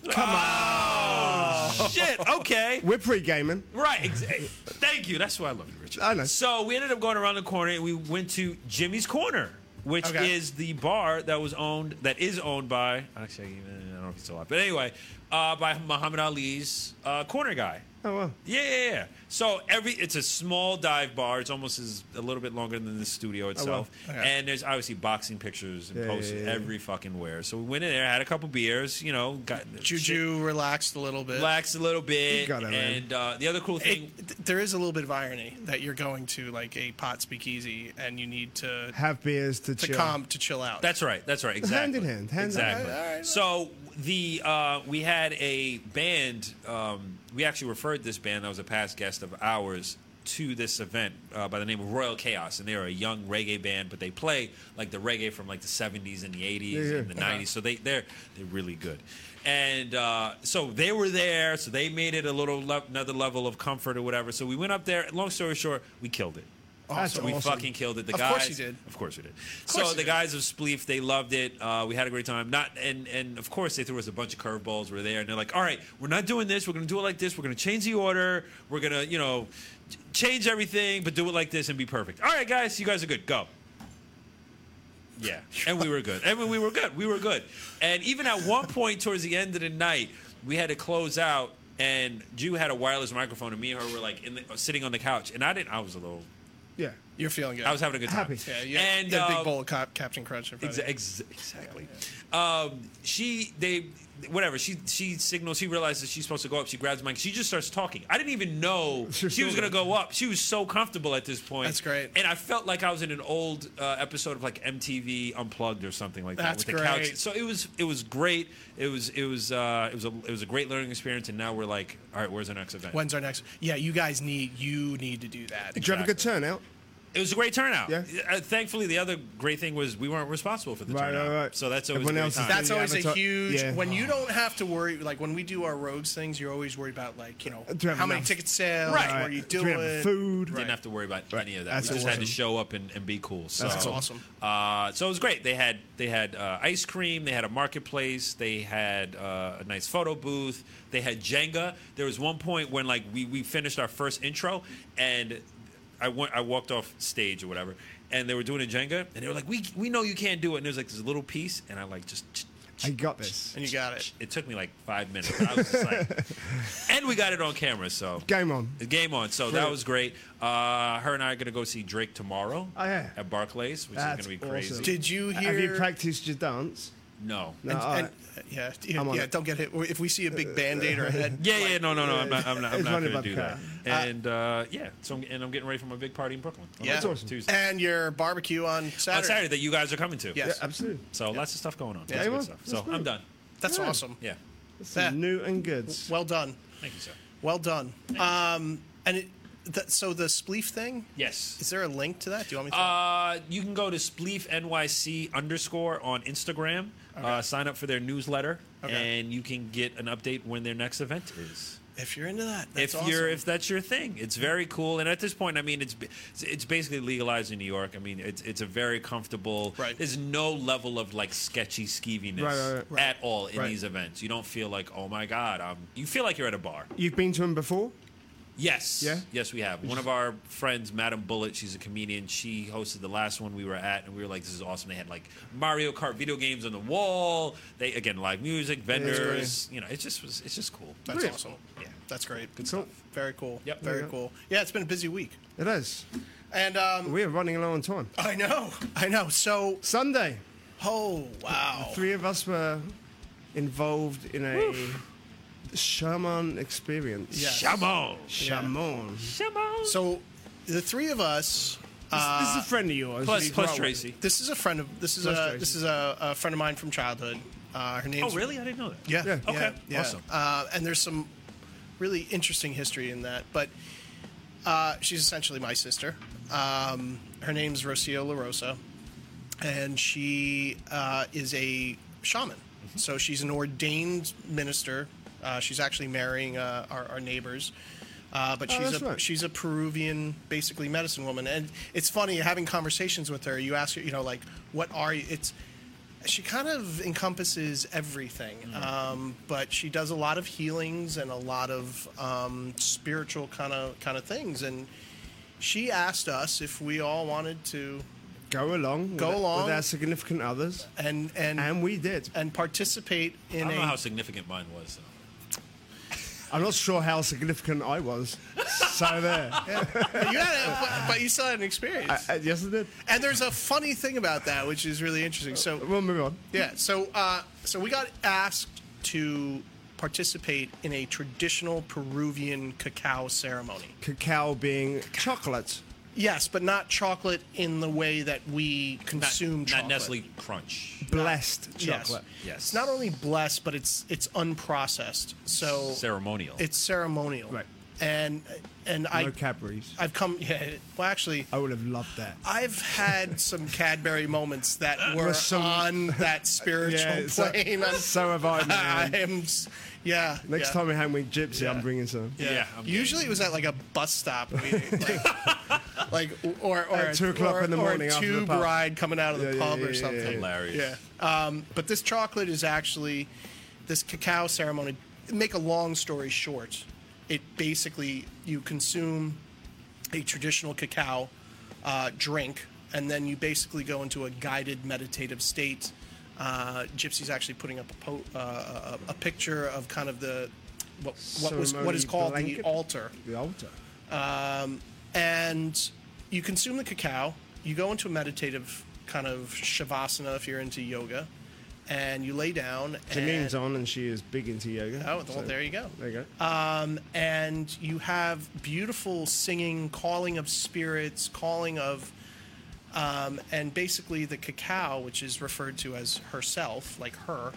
Speaker 3: Come on. Shit. Okay.
Speaker 2: We're pre-gaming.
Speaker 3: Right. ex- Thank you. That's why I love you, Richard.
Speaker 2: I know.
Speaker 3: So we ended up going around the corner and we went to Jimmy's Corner, which
Speaker 1: Okay.
Speaker 3: is the bar that was owned that is owned by actually I don't know if it's still alive, but anyway, uh, by Muhammad Ali's uh, corner guy.
Speaker 2: Oh well.
Speaker 3: Yeah, yeah, yeah. So every it's a small dive bar. It's almost as a little bit longer than the studio itself.
Speaker 1: Okay.
Speaker 3: And there's obviously boxing pictures and
Speaker 2: Oh, Yeah, yeah,
Speaker 3: posters
Speaker 2: yeah.
Speaker 3: every fucking where. So we went in there, had a couple beers, you know, got
Speaker 1: Juju relaxed a little bit.
Speaker 3: relaxed a little bit.
Speaker 2: You got it, man.
Speaker 3: and uh, the other cool thing
Speaker 1: It, th- there is a little bit of irony that you're going to like a pot speakeasy and you need to
Speaker 2: Have beers to,
Speaker 1: to
Speaker 2: chill.
Speaker 1: calm to chill out.
Speaker 3: That's right. That's right. Exactly.
Speaker 2: hand in hand, hand in
Speaker 1: hand.
Speaker 3: exactly.
Speaker 1: All right, all right.
Speaker 3: So the uh, we had a band. Um, we actually referred this band that was a past guest of ours to this event uh, by the name of Royal Chaos, and they are a young reggae band, but they play like the reggae from like the '70s and the '80s
Speaker 2: Yeah, Uh-huh. yeah.
Speaker 3: and the '90s. So they they're they're really good. And uh, so they were there, so they made it a little le- another level of comfort or whatever. So we went up there. Long story short, we killed it.
Speaker 2: That's
Speaker 3: We
Speaker 2: awesome.
Speaker 3: fucking killed it. The
Speaker 1: Of
Speaker 3: guys,
Speaker 1: course you did.
Speaker 3: Of course we did.
Speaker 1: course
Speaker 3: so
Speaker 1: you
Speaker 3: the
Speaker 1: did.
Speaker 3: guys of Spleef, they loved it. Uh, we had a great time. Not and and of course they threw us a bunch of curveballs. We're there and they're like, all right, we're not doing this. We're gonna do it like this. We're gonna change the order. We're gonna you know ch- change everything, but do it like this and be perfect. All right, guys, you guys are good. Go. Yeah, and we were good. And we were good. We were good. And even at one point towards the end of the night, we had to close out, and Jew had a wireless microphone, and me and her were like in the, sitting on the couch, and I didn't. I was a little.
Speaker 2: Yeah.
Speaker 1: You're feeling good.
Speaker 3: I was having a good time.
Speaker 2: Happy.
Speaker 1: yeah, you,
Speaker 3: and
Speaker 1: and you had a
Speaker 3: um,
Speaker 1: big bowl of Cap- Captain Crunch. In front of
Speaker 3: Exa-
Speaker 1: you.
Speaker 3: ex- exactly. Um, she they whatever she she signals she realizes she's supposed to go up. She grabs Mike. She just starts talking. I didn't even know
Speaker 2: She
Speaker 3: she,
Speaker 2: was
Speaker 3: was
Speaker 2: still
Speaker 3: gonna go up. She was so comfortable at this point.
Speaker 1: That's great.
Speaker 3: And I felt like I was in an old uh, episode of like MTV Unplugged or something like that.
Speaker 1: That's
Speaker 3: with the couch.
Speaker 1: great.
Speaker 3: So it was it was great. It was it was uh, it was a it was a great learning experience. And now we're like, all right, where's our next event?
Speaker 1: When's our next? Yeah, you guys need you need to do that.
Speaker 2: Did you have a good turnout?
Speaker 3: It was a great turnout.
Speaker 2: Yeah.
Speaker 3: Uh, thankfully, the other great thing was we weren't responsible for the
Speaker 2: Right,
Speaker 3: turnout.
Speaker 2: right, right.
Speaker 3: So that's always
Speaker 2: Everyone
Speaker 3: a great
Speaker 2: else is
Speaker 3: time.
Speaker 2: doing
Speaker 1: That's always a
Speaker 2: adverti-
Speaker 1: huge.
Speaker 2: Yeah.
Speaker 1: When you don't have to worry, like when we do our rogues things, you're always worried about like you know
Speaker 2: Do we have
Speaker 1: how many
Speaker 2: enough-
Speaker 1: ticket sales,
Speaker 3: Right.
Speaker 1: what are you
Speaker 2: Do we have
Speaker 1: doing,
Speaker 2: food.
Speaker 1: Right.
Speaker 3: Didn't have to worry about any of that.
Speaker 2: That's
Speaker 3: we just had to
Speaker 2: awesome.
Speaker 3: show up and, and be cool. So,
Speaker 1: That's awesome.
Speaker 3: Uh, so it was great. They had they had uh, ice cream. They had a marketplace. They had uh, a nice photo booth. They had Jenga. There was one point when like we we finished our first intro and I went I walked off stage or whatever and they were doing a Jenga and they were like we we know you can't do it and there's like this little piece and I like just.
Speaker 2: I got this.
Speaker 1: and you got it.
Speaker 3: It took me like five minutes. I was just like, and we got it on camera. So
Speaker 2: Game on.
Speaker 3: the game on. So that
Speaker 2: Brilliant.
Speaker 3: was great. Uh, her and I are going to go see Drake tomorrow
Speaker 2: Oh, yeah.
Speaker 3: at Barclays, which
Speaker 2: That's
Speaker 3: is going to be crazy.
Speaker 2: awesome.
Speaker 1: Did you hear?
Speaker 2: Have you practiced your dance?
Speaker 3: No.
Speaker 1: and-
Speaker 2: All
Speaker 1: and-
Speaker 2: right.
Speaker 1: yeah, yeah,
Speaker 2: I'm on
Speaker 1: yeah,
Speaker 2: it.
Speaker 1: Don't get hit. If we see a big band aid or a head,
Speaker 3: Yeah, yeah, no, no, no. I'm not. I'm not, I'm
Speaker 2: It's
Speaker 3: not
Speaker 2: running
Speaker 3: going
Speaker 2: by the
Speaker 3: to do
Speaker 2: car.
Speaker 3: that. And uh, yeah, so I'm, and I'm getting ready for my big party in Brooklyn. on
Speaker 1: Yeah. That's
Speaker 2: awesome.
Speaker 3: Tuesday.
Speaker 1: and your barbecue on Saturday.
Speaker 3: On Saturday that you guys are coming to.
Speaker 1: Yes.
Speaker 2: Yeah, absolutely.
Speaker 3: So lots of stuff going on.
Speaker 1: Yeah.
Speaker 3: Lots of
Speaker 2: Well,
Speaker 3: good stuff. So
Speaker 2: that's
Speaker 3: I'm
Speaker 2: great.
Speaker 3: done.
Speaker 1: That's
Speaker 2: Yeah.
Speaker 1: awesome.
Speaker 3: Yeah.
Speaker 2: This
Speaker 1: That-
Speaker 2: is new and goods.
Speaker 1: Well done.
Speaker 3: Thank you, sir.
Speaker 1: Well done. Um, and it, th- so the spleef thing.
Speaker 3: Yes.
Speaker 1: Is there a link to that? Do you want me to?
Speaker 3: Uh, you can go to spleef nyc underscore on Instagram. Uh, sign up for their newsletter,
Speaker 1: Okay.
Speaker 3: and you can get an update when their next event is.
Speaker 1: if you're into that, that's
Speaker 3: if you're
Speaker 1: awesome.
Speaker 3: if that's your thing, it's very cool. And at this point, I mean, it's it's basically legalized in New York. I mean, it's it's a very comfortable.
Speaker 1: Right.
Speaker 3: There's no level of like sketchy skeeviness
Speaker 2: Right, right, right.
Speaker 3: at all in
Speaker 2: Right.
Speaker 3: these events. You don't feel like oh my god, um, you feel like you're at a bar.
Speaker 2: You've been to him before?
Speaker 3: Yes.
Speaker 2: Yeah?
Speaker 3: Yes, we have. One of our friends, Madam Bullet, she's a comedian. She hosted the last one we were at, and we were like, "This is awesome." They had like Mario Kart video games on the wall. They again live music,
Speaker 2: great.
Speaker 3: vendors. You know, it just was. It's just cool.
Speaker 1: that's
Speaker 2: Brilliant.
Speaker 1: awesome.
Speaker 3: Yeah.
Speaker 1: That's great. Good
Speaker 2: Cool.
Speaker 1: stuff. Very cool.
Speaker 3: Yep.
Speaker 1: Very
Speaker 2: Yeah.
Speaker 1: cool. Yeah, it's been a busy week.
Speaker 2: It is.
Speaker 1: And um,
Speaker 2: We are running low on time.
Speaker 1: I know, I know. So,
Speaker 2: Sunday.
Speaker 1: oh wow,
Speaker 2: Three of us were involved in a shaman experience.
Speaker 1: Yes.
Speaker 3: Shaman.
Speaker 2: Shaman.
Speaker 3: Shaman.
Speaker 1: So, the three of us. uh,
Speaker 2: this, this is a friend of yours.
Speaker 3: Plus,
Speaker 2: You
Speaker 3: plus
Speaker 2: grow-
Speaker 3: Tracy.
Speaker 1: This is a friend of this is a
Speaker 2: Frustration.
Speaker 1: this is a, a friend of mine from childhood. Uh, her name's
Speaker 3: Oh, really? I didn't know that.
Speaker 1: Yeah.
Speaker 2: Yeah.
Speaker 1: yeah,
Speaker 3: Okay.
Speaker 1: yeah.
Speaker 3: Awesome.
Speaker 1: Uh, and there's some really interesting history in that, but uh, she's essentially my sister. Um, her name's Rocio La Rosa. and she uh, is a shaman. So she's an ordained minister. Uh, she's actually marrying uh, our, our neighbors. Uh, but
Speaker 2: Oh,
Speaker 1: she's
Speaker 2: that's
Speaker 1: a
Speaker 2: right.
Speaker 1: she's a Peruvian basically medicine woman, and it's funny having conversations with her. You ask her, you know, like, what are you? It's she kind of encompasses everything,
Speaker 3: Mm-hmm.
Speaker 1: um, but she does a lot of healings and a lot of um, spiritual kind of kind of things. And she asked us if we all wanted to
Speaker 2: Go along.
Speaker 1: Go
Speaker 2: with,
Speaker 1: along.
Speaker 2: With our significant others.
Speaker 1: and and
Speaker 2: And we did.
Speaker 1: and participate in
Speaker 3: I don't know
Speaker 1: a-
Speaker 3: how significant mine was. Though.
Speaker 2: I'm not sure how significant I was. So
Speaker 1: you
Speaker 2: there.
Speaker 1: had it, but, but you still had an experience.
Speaker 2: Uh, yes, I did.
Speaker 1: and there's a funny thing about that, which is really interesting. So
Speaker 2: We'll move on.
Speaker 1: yeah, so uh, so we got asked to participate in a traditional Peruvian cacao ceremony.
Speaker 2: Cacao being chocolate.
Speaker 1: Yes, but not chocolate in the way that we
Speaker 3: Not,
Speaker 1: consume
Speaker 3: not
Speaker 1: chocolate.
Speaker 3: Nestle Crunch.
Speaker 2: Blessed
Speaker 1: Yes.
Speaker 2: chocolate.
Speaker 3: Yes.
Speaker 1: It's not only blessed, but it's it's unprocessed. So
Speaker 3: Ceremonial.
Speaker 1: it's ceremonial.
Speaker 2: Right.
Speaker 1: And and I
Speaker 2: No Cadbury's.
Speaker 1: I've come yeah, well actually
Speaker 2: I would have loved that.
Speaker 1: I've had some Cadbury moments that were
Speaker 2: Were some-
Speaker 1: on that spiritual
Speaker 2: Yeah, so-
Speaker 1: plane. I'm-
Speaker 2: so have I, man.
Speaker 1: I am, s- yeah.
Speaker 2: Next
Speaker 1: yeah,
Speaker 2: time we hang with Gypsy,
Speaker 1: Yeah.
Speaker 2: I'm bringing some.
Speaker 1: yeah.
Speaker 3: Yeah, I'm
Speaker 1: Usually it was at like a bus stop, meeting, like, like or or
Speaker 2: At two o'clock
Speaker 1: or-
Speaker 2: in the
Speaker 1: or
Speaker 2: morning
Speaker 1: a
Speaker 2: after the
Speaker 1: tube
Speaker 2: pub.
Speaker 1: ride coming out of the
Speaker 2: Yeah, yeah,
Speaker 1: pub
Speaker 2: yeah,
Speaker 1: or
Speaker 2: yeah,
Speaker 1: something.
Speaker 2: yeah, yeah.
Speaker 3: Hilarious.
Speaker 1: Yeah. Um, but this chocolate is actually this cacao ceremony. Make a long story short, it basically you consume a traditional cacao uh, drink, and then you basically go into a guided meditative state. Uh, Gypsy's actually putting up a, po- uh, a, a picture of kind of the what, what was what is
Speaker 2: Ceremony
Speaker 1: called the
Speaker 2: blanket?
Speaker 1: altar
Speaker 2: The altar.
Speaker 1: and you consume the cacao. You go into a meditative kind of shavasana if you're into yoga, and you lay down.
Speaker 2: Janine's
Speaker 1: and,
Speaker 2: on and she is big into yoga.
Speaker 1: Oh, well,
Speaker 2: so-
Speaker 1: there you go.
Speaker 2: There you go.
Speaker 1: Um, and you have beautiful singing, calling of spirits, calling of, um, and basically the cacao, which is referred to as herself, like her,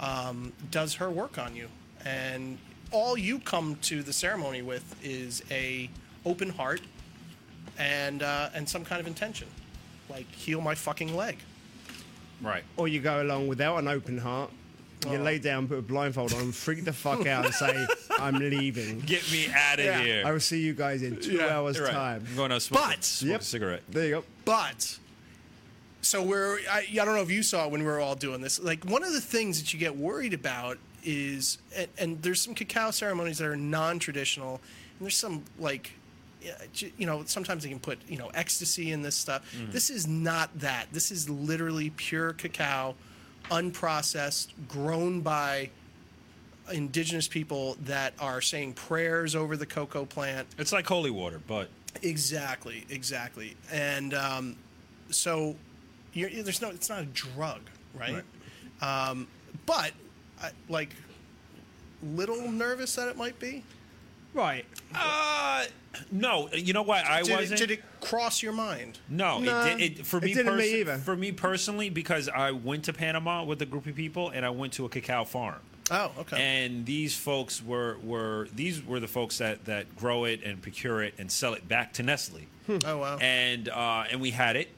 Speaker 1: um, does her work on you, and all you come to the ceremony with is a open heart, and uh, and some kind of intention, like heal my fucking leg.
Speaker 3: Right.
Speaker 2: or you go along without an open heart. You lay down, put a blindfold on, freak the fuck out, and say, "I'm leaving."
Speaker 3: Get me out of
Speaker 1: Yeah.
Speaker 3: here.
Speaker 2: I will see you guys in two
Speaker 1: Yeah,
Speaker 2: hours'
Speaker 3: Right.
Speaker 2: time.
Speaker 3: I'm going to smoke,
Speaker 1: But-
Speaker 3: smoke
Speaker 2: Yep.
Speaker 3: a cigarette.
Speaker 2: There you go.
Speaker 1: But so we're I, I don't know if you saw it when we were all doing this. Like one of the things that you get worried about is and, and there's some cacao ceremonies that are non-traditional and there's some like yeah, j- you know sometimes they can put you know ecstasy in this stuff. This is not that. This is literally pure cacao, unprocessed, grown by indigenous people that are saying prayers over the cocoa plant
Speaker 3: It's like holy water, but
Speaker 1: Exactly, exactly. And um, so you're, there's no, it's not a drug, right? Um, but I, like, little nervous that it might be.
Speaker 2: Right.
Speaker 3: uh, no. You know why I
Speaker 1: Did, it,
Speaker 3: wasn't?
Speaker 1: did it cross your mind?
Speaker 3: No,
Speaker 2: Nah,
Speaker 3: it, did, it for
Speaker 2: it
Speaker 3: me,
Speaker 2: didn't me
Speaker 3: perso-
Speaker 2: either.
Speaker 3: For me personally, because I went to Panama with a group of people and I went to a cacao farm.
Speaker 1: Oh, okay.
Speaker 3: And these folks were, were these were the folks that, that grow it and procure it and sell it back to Nestle.
Speaker 1: oh wow.
Speaker 3: And uh, and we had it,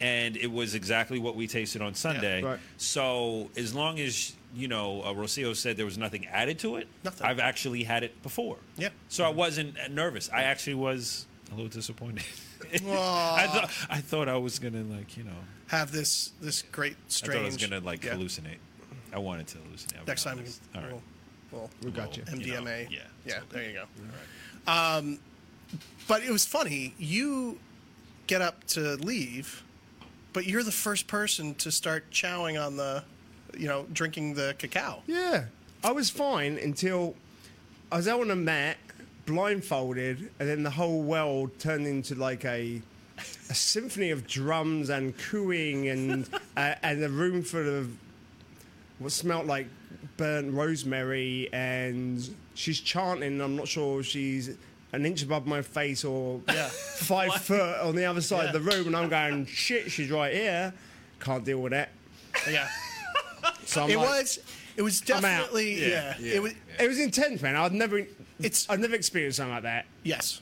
Speaker 3: and it was exactly what we tasted on Sunday.
Speaker 2: Right.
Speaker 3: So as long as you know, uh, Rocio said there was nothing added to it.
Speaker 1: Nothing.
Speaker 3: I've actually had it before.
Speaker 1: Yeah.
Speaker 3: So I wasn't nervous. I actually was a little disappointed. I thought I thought I was gonna like you know
Speaker 1: Have this this great strange.
Speaker 3: I thought I was gonna like
Speaker 1: Yeah.
Speaker 3: hallucinate. I wanted to hallucinate. I'll be
Speaker 1: Next time,
Speaker 3: honest.
Speaker 1: we,
Speaker 3: All right.
Speaker 1: we'll, we'll,
Speaker 2: We got you.
Speaker 3: And-
Speaker 1: MDMA.
Speaker 3: you know, yeah,
Speaker 1: yeah,
Speaker 3: it's
Speaker 1: yeah.
Speaker 3: okay.
Speaker 1: There you go.
Speaker 2: Mm-hmm.
Speaker 1: Um, But it was funny. You get up to leave, but you're the first person to start chowing on the, you know, drinking the cacao.
Speaker 2: Yeah. I was fine until I was out on a mat, blindfolded, and then the whole world turned into like a a symphony of drums and cooing and uh, and a room full of what smelt like burnt rosemary and she's chanting. I'm not sure if she's an inch above my face or
Speaker 1: Yeah.
Speaker 2: five foot on the other side of the room, and I'm going shit. She's right here. Can't deal with that.
Speaker 1: Yeah,
Speaker 2: So I'm
Speaker 1: it
Speaker 2: like-
Speaker 1: was. It was
Speaker 2: I'm out.
Speaker 1: definitely. Yeah,
Speaker 3: Yeah, yeah,
Speaker 1: It was.
Speaker 3: yeah.
Speaker 2: It was intense, man. I've never,
Speaker 1: It's-
Speaker 2: it's, I've never experienced something like that.
Speaker 1: Yes.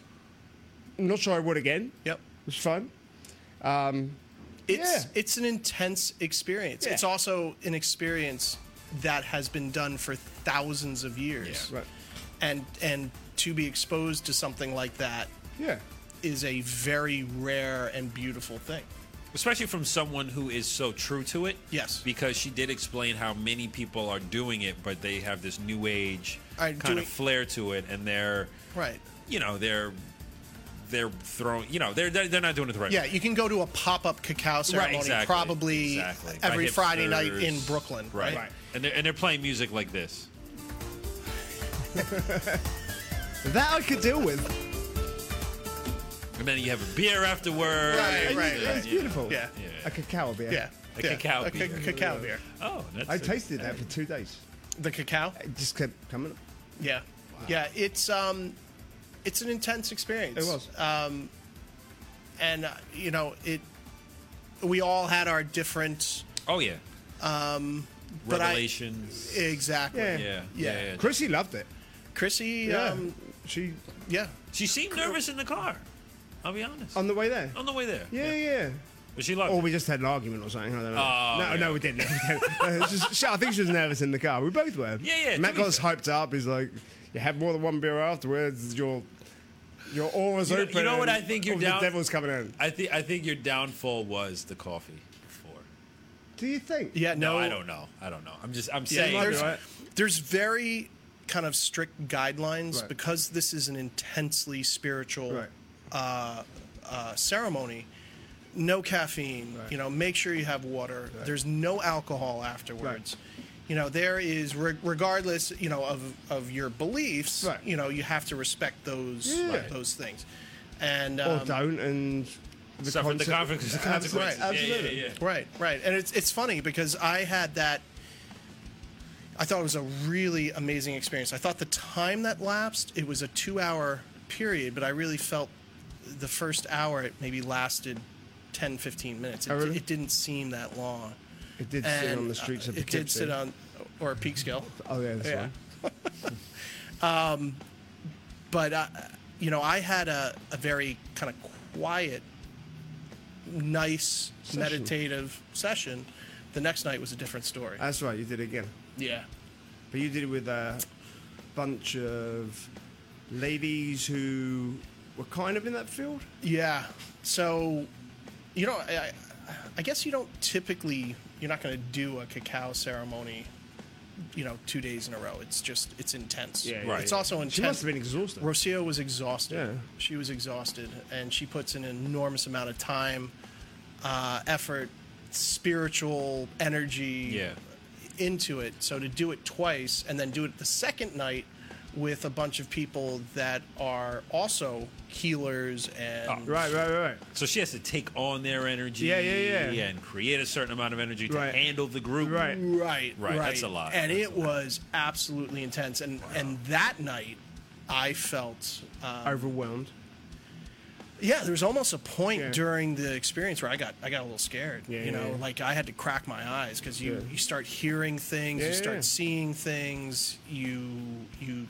Speaker 2: I'm not sure I would again.
Speaker 1: Yep.
Speaker 2: It was fun. Um,
Speaker 1: it's
Speaker 2: Yeah.
Speaker 1: it's an intense experience.
Speaker 3: Yeah.
Speaker 1: It's also an experience that has been done for thousands of years.
Speaker 3: Yeah.
Speaker 2: Right.
Speaker 1: And and to be exposed to something like that
Speaker 2: Yeah.
Speaker 1: is a very rare and beautiful thing.
Speaker 3: especially from someone who is so true to it.
Speaker 1: Yes.
Speaker 3: because she did explain how many people are doing it, but they have this new age
Speaker 1: Are
Speaker 3: kind
Speaker 1: doing-
Speaker 3: of flair to it, and they're,
Speaker 1: Right.
Speaker 3: you know, they're they're throwing, you know, they're they're, they're not doing it the right.
Speaker 1: Yeah,
Speaker 3: way.
Speaker 1: you can go to a pop-up cacao ceremony
Speaker 3: exactly,
Speaker 1: probably
Speaker 3: exactly. By
Speaker 1: every Friday night
Speaker 3: hipsters.
Speaker 1: in Brooklyn, right?
Speaker 3: right, and they're and they're playing music like this.
Speaker 2: That I could deal with.
Speaker 3: And then you have a beer afterward.
Speaker 1: Right, right,
Speaker 2: It's
Speaker 1: right.
Speaker 2: beautiful.
Speaker 1: Yeah.
Speaker 3: Yeah.
Speaker 2: A cacao beer.
Speaker 1: Yeah.
Speaker 3: A
Speaker 1: yeah.
Speaker 3: cacao
Speaker 1: a ca-
Speaker 3: beer.
Speaker 1: cacao beer.
Speaker 3: Oh, that's
Speaker 2: I
Speaker 3: a-
Speaker 2: tasted that for two days.
Speaker 1: The cacao?
Speaker 2: It just kept coming up.
Speaker 1: Yeah. Yeah, it's um it's an intense experience.
Speaker 2: It was.
Speaker 1: and uh, you know it we all had our different
Speaker 3: Oh yeah.
Speaker 1: Um, but I-
Speaker 3: Revelations.
Speaker 1: exactly
Speaker 2: Yeah.
Speaker 3: yeah. Yeah.
Speaker 1: yeah.
Speaker 3: yeah.
Speaker 2: Chrissy loved it.
Speaker 1: chrissy yeah.
Speaker 2: Yeah.
Speaker 1: um
Speaker 2: she
Speaker 1: yeah
Speaker 3: She seemed nervous in the car. I'll be honest.
Speaker 2: on the way there.
Speaker 3: On the way there.
Speaker 2: Yeah, yeah.
Speaker 3: But she loved
Speaker 2: Or
Speaker 3: it.
Speaker 2: we just had an argument or something. I don't know.
Speaker 3: Oh,
Speaker 2: no,
Speaker 3: yeah.
Speaker 2: no, we didn't. We didn't. It's just- she- I think she was nervous in the car. We both were.
Speaker 3: Yeah, yeah,
Speaker 2: Matt
Speaker 3: to be
Speaker 2: got us hyped up. He's like, "You have more than one beer afterwards. Your your aura's
Speaker 3: You know- you
Speaker 2: open.
Speaker 3: know what
Speaker 2: and
Speaker 3: I think you're
Speaker 2: all
Speaker 3: down-
Speaker 2: The devil's coming in.
Speaker 3: I think I think your downfall was the coffee. Before.
Speaker 2: Do you think?
Speaker 1: yeah
Speaker 3: No,
Speaker 1: no,
Speaker 3: I don't know. I don't know. I'm just I'm
Speaker 1: yeah,
Speaker 3: saying.
Speaker 2: might be
Speaker 1: there's,
Speaker 2: right.
Speaker 1: there's very kind of strict guidelines
Speaker 2: Right.
Speaker 1: because this is an intensely spiritual
Speaker 2: Right.
Speaker 1: uh, uh, ceremony no caffeine
Speaker 2: Right.
Speaker 1: you know make sure you have water there's no alcohol afterwards you know there is re- regardless you know of of your beliefs
Speaker 2: Right.
Speaker 1: you know you have to respect those
Speaker 2: Yeah. Right.
Speaker 1: those things and
Speaker 2: Or
Speaker 1: um,
Speaker 2: don't and
Speaker 3: Suffer the
Speaker 2: conse-
Speaker 3: consequences.
Speaker 2: Absolutely.
Speaker 1: Right,
Speaker 2: absolutely.
Speaker 3: Yeah, yeah, yeah.
Speaker 1: Right, right. And it's it's funny because I had that I thought it was a really amazing experience. I thought the time that lapsed, it was a 2-hour period, but I really felt the first hour it maybe lasted 10 15 minutes. It,
Speaker 2: Oh, really?
Speaker 1: it didn't seem that long.
Speaker 2: It did sit
Speaker 1: And,
Speaker 2: on the streets
Speaker 1: uh,
Speaker 2: of the
Speaker 1: It did sit on or Peekskill.
Speaker 2: Oh yeah, that's
Speaker 1: Yeah.
Speaker 2: right.
Speaker 1: but uh, you know, I had a, a very kind of quiet, nice,
Speaker 2: Session.
Speaker 1: meditative session. The next night was a different story.
Speaker 2: That's right. You did it again,
Speaker 1: yeah,
Speaker 2: but you did it with a bunch of ladies who were kind of in that field.
Speaker 1: yeah. So, you know, I, I- I guess you don't typically you're not going to do a cacao ceremony, you know, two days in a row. It's just it's intense.
Speaker 2: Yeah,
Speaker 3: yeah,
Speaker 1: It's
Speaker 3: yeah.
Speaker 1: also intense.
Speaker 2: She must have been exhausted.
Speaker 1: Rocio was exhausted.
Speaker 2: Yeah.
Speaker 1: She was exhausted, and she puts in an enormous amount of time, uh, effort, spiritual energy
Speaker 3: Yeah.
Speaker 1: into it. So to do it twice and then do it the second night with a bunch of people that are also healers and
Speaker 2: Right, right, right, right.
Speaker 3: So she has to take on their energy.
Speaker 2: Yeah, yeah, yeah.
Speaker 3: And create a certain amount of energy to
Speaker 2: Right.
Speaker 3: handle the group.
Speaker 2: Right.
Speaker 1: Right,
Speaker 3: Right, that's a lot.
Speaker 1: And
Speaker 3: That's
Speaker 1: it was absolutely intense. And and that night, I felt uh,
Speaker 2: Overwhelmed.
Speaker 1: Yeah, there was almost a point
Speaker 2: Yeah.
Speaker 1: during the experience where I got I got a little scared.
Speaker 2: Yeah,
Speaker 1: you know,
Speaker 2: yeah.
Speaker 1: like I had to crack my eyes because you
Speaker 2: Yeah.
Speaker 1: you start hearing things,
Speaker 2: Yeah,
Speaker 1: you start
Speaker 2: yeah.
Speaker 1: seeing things, you you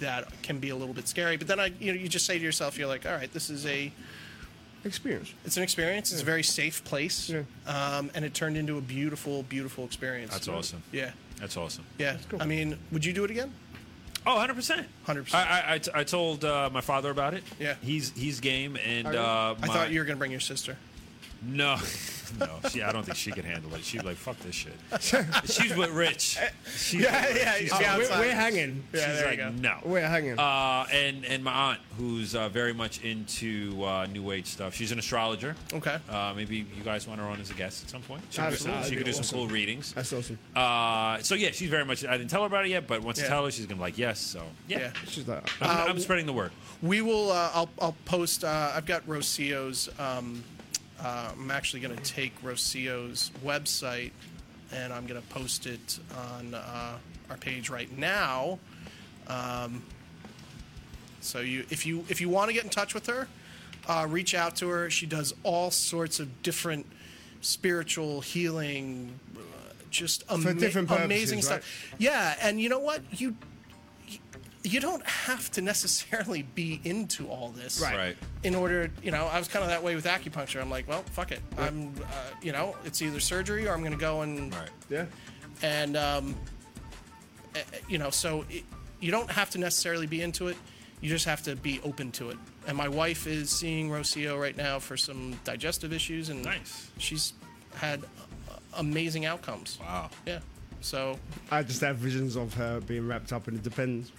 Speaker 1: that can be a little bit scary. But then I you know you just say to yourself, you're like, all right, this is a
Speaker 2: Experience.
Speaker 1: it's an experience. It's a very safe place,
Speaker 2: Yeah.
Speaker 1: um, and it turned into a beautiful, beautiful experience.
Speaker 3: That's awesome.
Speaker 1: Yeah,
Speaker 3: That's awesome.
Speaker 1: yeah. I mean, would you do it again?
Speaker 3: Oh, 100 percent.
Speaker 1: 100%.
Speaker 3: I I- I t- I told uh, my father about it.
Speaker 1: Yeah.
Speaker 3: He's he's game and
Speaker 2: you?
Speaker 3: uh,
Speaker 1: I
Speaker 3: my-
Speaker 1: thought you were gonna bring your sister.
Speaker 3: No, no. She, I don't think she could handle it. She'd be like, "Fuck this shit." She's with Rich. She's with Rich.
Speaker 1: yeah.
Speaker 3: She's
Speaker 1: Oh,
Speaker 3: like-
Speaker 1: Yeah,
Speaker 2: Uh, we're,
Speaker 1: outside.
Speaker 2: we're hanging.
Speaker 1: Yeah,
Speaker 3: she's
Speaker 1: there
Speaker 3: like,
Speaker 1: you go.
Speaker 3: "No."
Speaker 2: We're hanging.
Speaker 3: Uh, and and my aunt, who's uh, very much into uh, new age stuff. She's an astrologer.
Speaker 1: Okay.
Speaker 3: Uh, maybe you guys want her on as a guest at some point. She could do some,
Speaker 2: Absolutely.
Speaker 3: she could do some
Speaker 2: Awesome.
Speaker 3: cool readings.
Speaker 2: That's awesome.
Speaker 3: Uh, so yeah, she's very much. I didn't tell her about it yet, but once I
Speaker 1: Yeah.
Speaker 3: tell her, she's gonna be like yes. So yeah,
Speaker 1: yeah. Uh,
Speaker 2: She's like,
Speaker 3: I'm, I'm spreading the word.
Speaker 1: We will. Uh, I'll. I'll post. Uh, I've got Rocio's. Um, uh, I'm actually going to take Rocio's website, and I'm going to post it on uh, our page right now. Um, so you, if you, if you want to get in touch with her, uh, reach out to her. She does all sorts of different spiritual healing, uh, just ama-
Speaker 2: different purposes,
Speaker 1: amazing
Speaker 2: right?
Speaker 1: stuff. Yeah, and you know what? You you don't have to necessarily be into all this,
Speaker 2: Right.
Speaker 3: Right.
Speaker 1: In order, you know, I was kind of that way with acupuncture. I'm like, well, fuck it. I'm, uh, you know, it's either surgery or I'm going to go and
Speaker 3: Right.
Speaker 2: Yeah.
Speaker 1: and um, eh, eh, you know, so it, you don't have to necessarily be into it. You just have to be open to it. And my wife is seeing Rocio right now for some digestive issues, and
Speaker 3: Nice.
Speaker 1: she's had uh, amazing outcomes.
Speaker 3: Wow.
Speaker 1: Yeah. So
Speaker 2: I just have visions of her being wrapped up in the depends.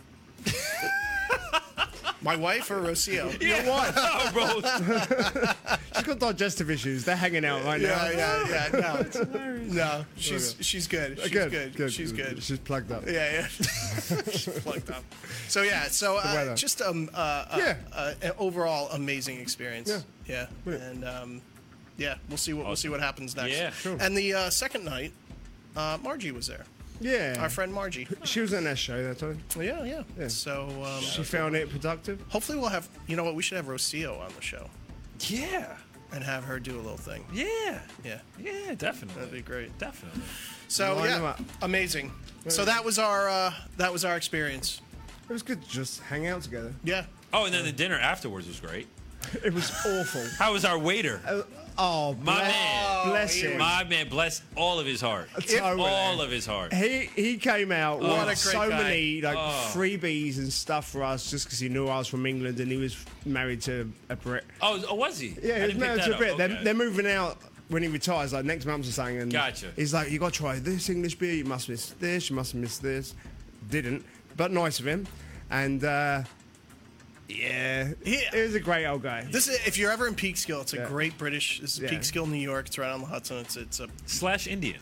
Speaker 1: my wife or Rocio?
Speaker 3: Yeah. What? bro.
Speaker 2: She's got digestive issues. They're hanging out right now.
Speaker 1: yeah, yeah, yeah. No, no, she's she's good. She's good. She's good.
Speaker 2: She's plugged up.
Speaker 1: Yeah, yeah. Plugged up. So yeah, so uh,
Speaker 2: weather.
Speaker 1: just um uh, uh,
Speaker 2: Yeah.
Speaker 1: uh, an overall amazing experience.
Speaker 2: Yeah.
Speaker 1: Yeah. And um, yeah, we'll see what we'll see what happens next.
Speaker 3: Yeah. Sure.
Speaker 1: And the uh, second night, uh, Margie was there.
Speaker 2: Yeah.
Speaker 1: Our friend Margie.
Speaker 2: She was on that show that time.
Speaker 1: Yeah, Mm-hmm. yeah. So um,
Speaker 2: She found it productive.
Speaker 1: hopefully we'll have you know what we should have Rocio on the show
Speaker 3: Yeah.
Speaker 1: and have her do a little thing.
Speaker 3: Yeah.
Speaker 1: Yeah.
Speaker 3: Yeah, definitely.
Speaker 1: That'd be great.
Speaker 3: Definitely.
Speaker 1: So
Speaker 2: Line them
Speaker 1: yeah,
Speaker 2: up.
Speaker 1: amazing. So that was our uh, that was our experience.
Speaker 2: It was good to just hang out together.
Speaker 1: Yeah.
Speaker 3: Oh, and then the dinner afterwards was great.
Speaker 2: It was awful.
Speaker 3: How was our waiter?
Speaker 2: Oh,
Speaker 3: My
Speaker 2: bless,
Speaker 3: man.
Speaker 2: bless him.
Speaker 3: My man, bless all of his heart.
Speaker 2: Totally.
Speaker 3: All of his heart.
Speaker 2: He he came out
Speaker 1: What
Speaker 2: with
Speaker 1: a great
Speaker 2: so
Speaker 1: guy.
Speaker 2: many like
Speaker 3: Oh.
Speaker 2: freebies and stuff for us just because he knew I was from England and he was married to a Brit.
Speaker 3: Oh, oh, was he? I
Speaker 2: Yeah, he was
Speaker 3: didn't pick
Speaker 2: married
Speaker 3: that
Speaker 2: to a
Speaker 3: up.
Speaker 2: Brit. They're,
Speaker 3: Okay.
Speaker 2: they're moving out when he retires, like next month or something. And
Speaker 3: Gotcha.
Speaker 2: He's like, you got to try this English beer. You must miss this. You must miss this. Didn't, but nice of him. And uh, yeah,
Speaker 1: Yeah.
Speaker 2: he was a great old guy.
Speaker 1: This is if you're ever in Peekskill, it's a
Speaker 2: Yeah.
Speaker 1: great British. This is
Speaker 2: Yeah.
Speaker 1: Peekskill, New York. It's right on the Hudson. It's it's a
Speaker 3: Slash Indian.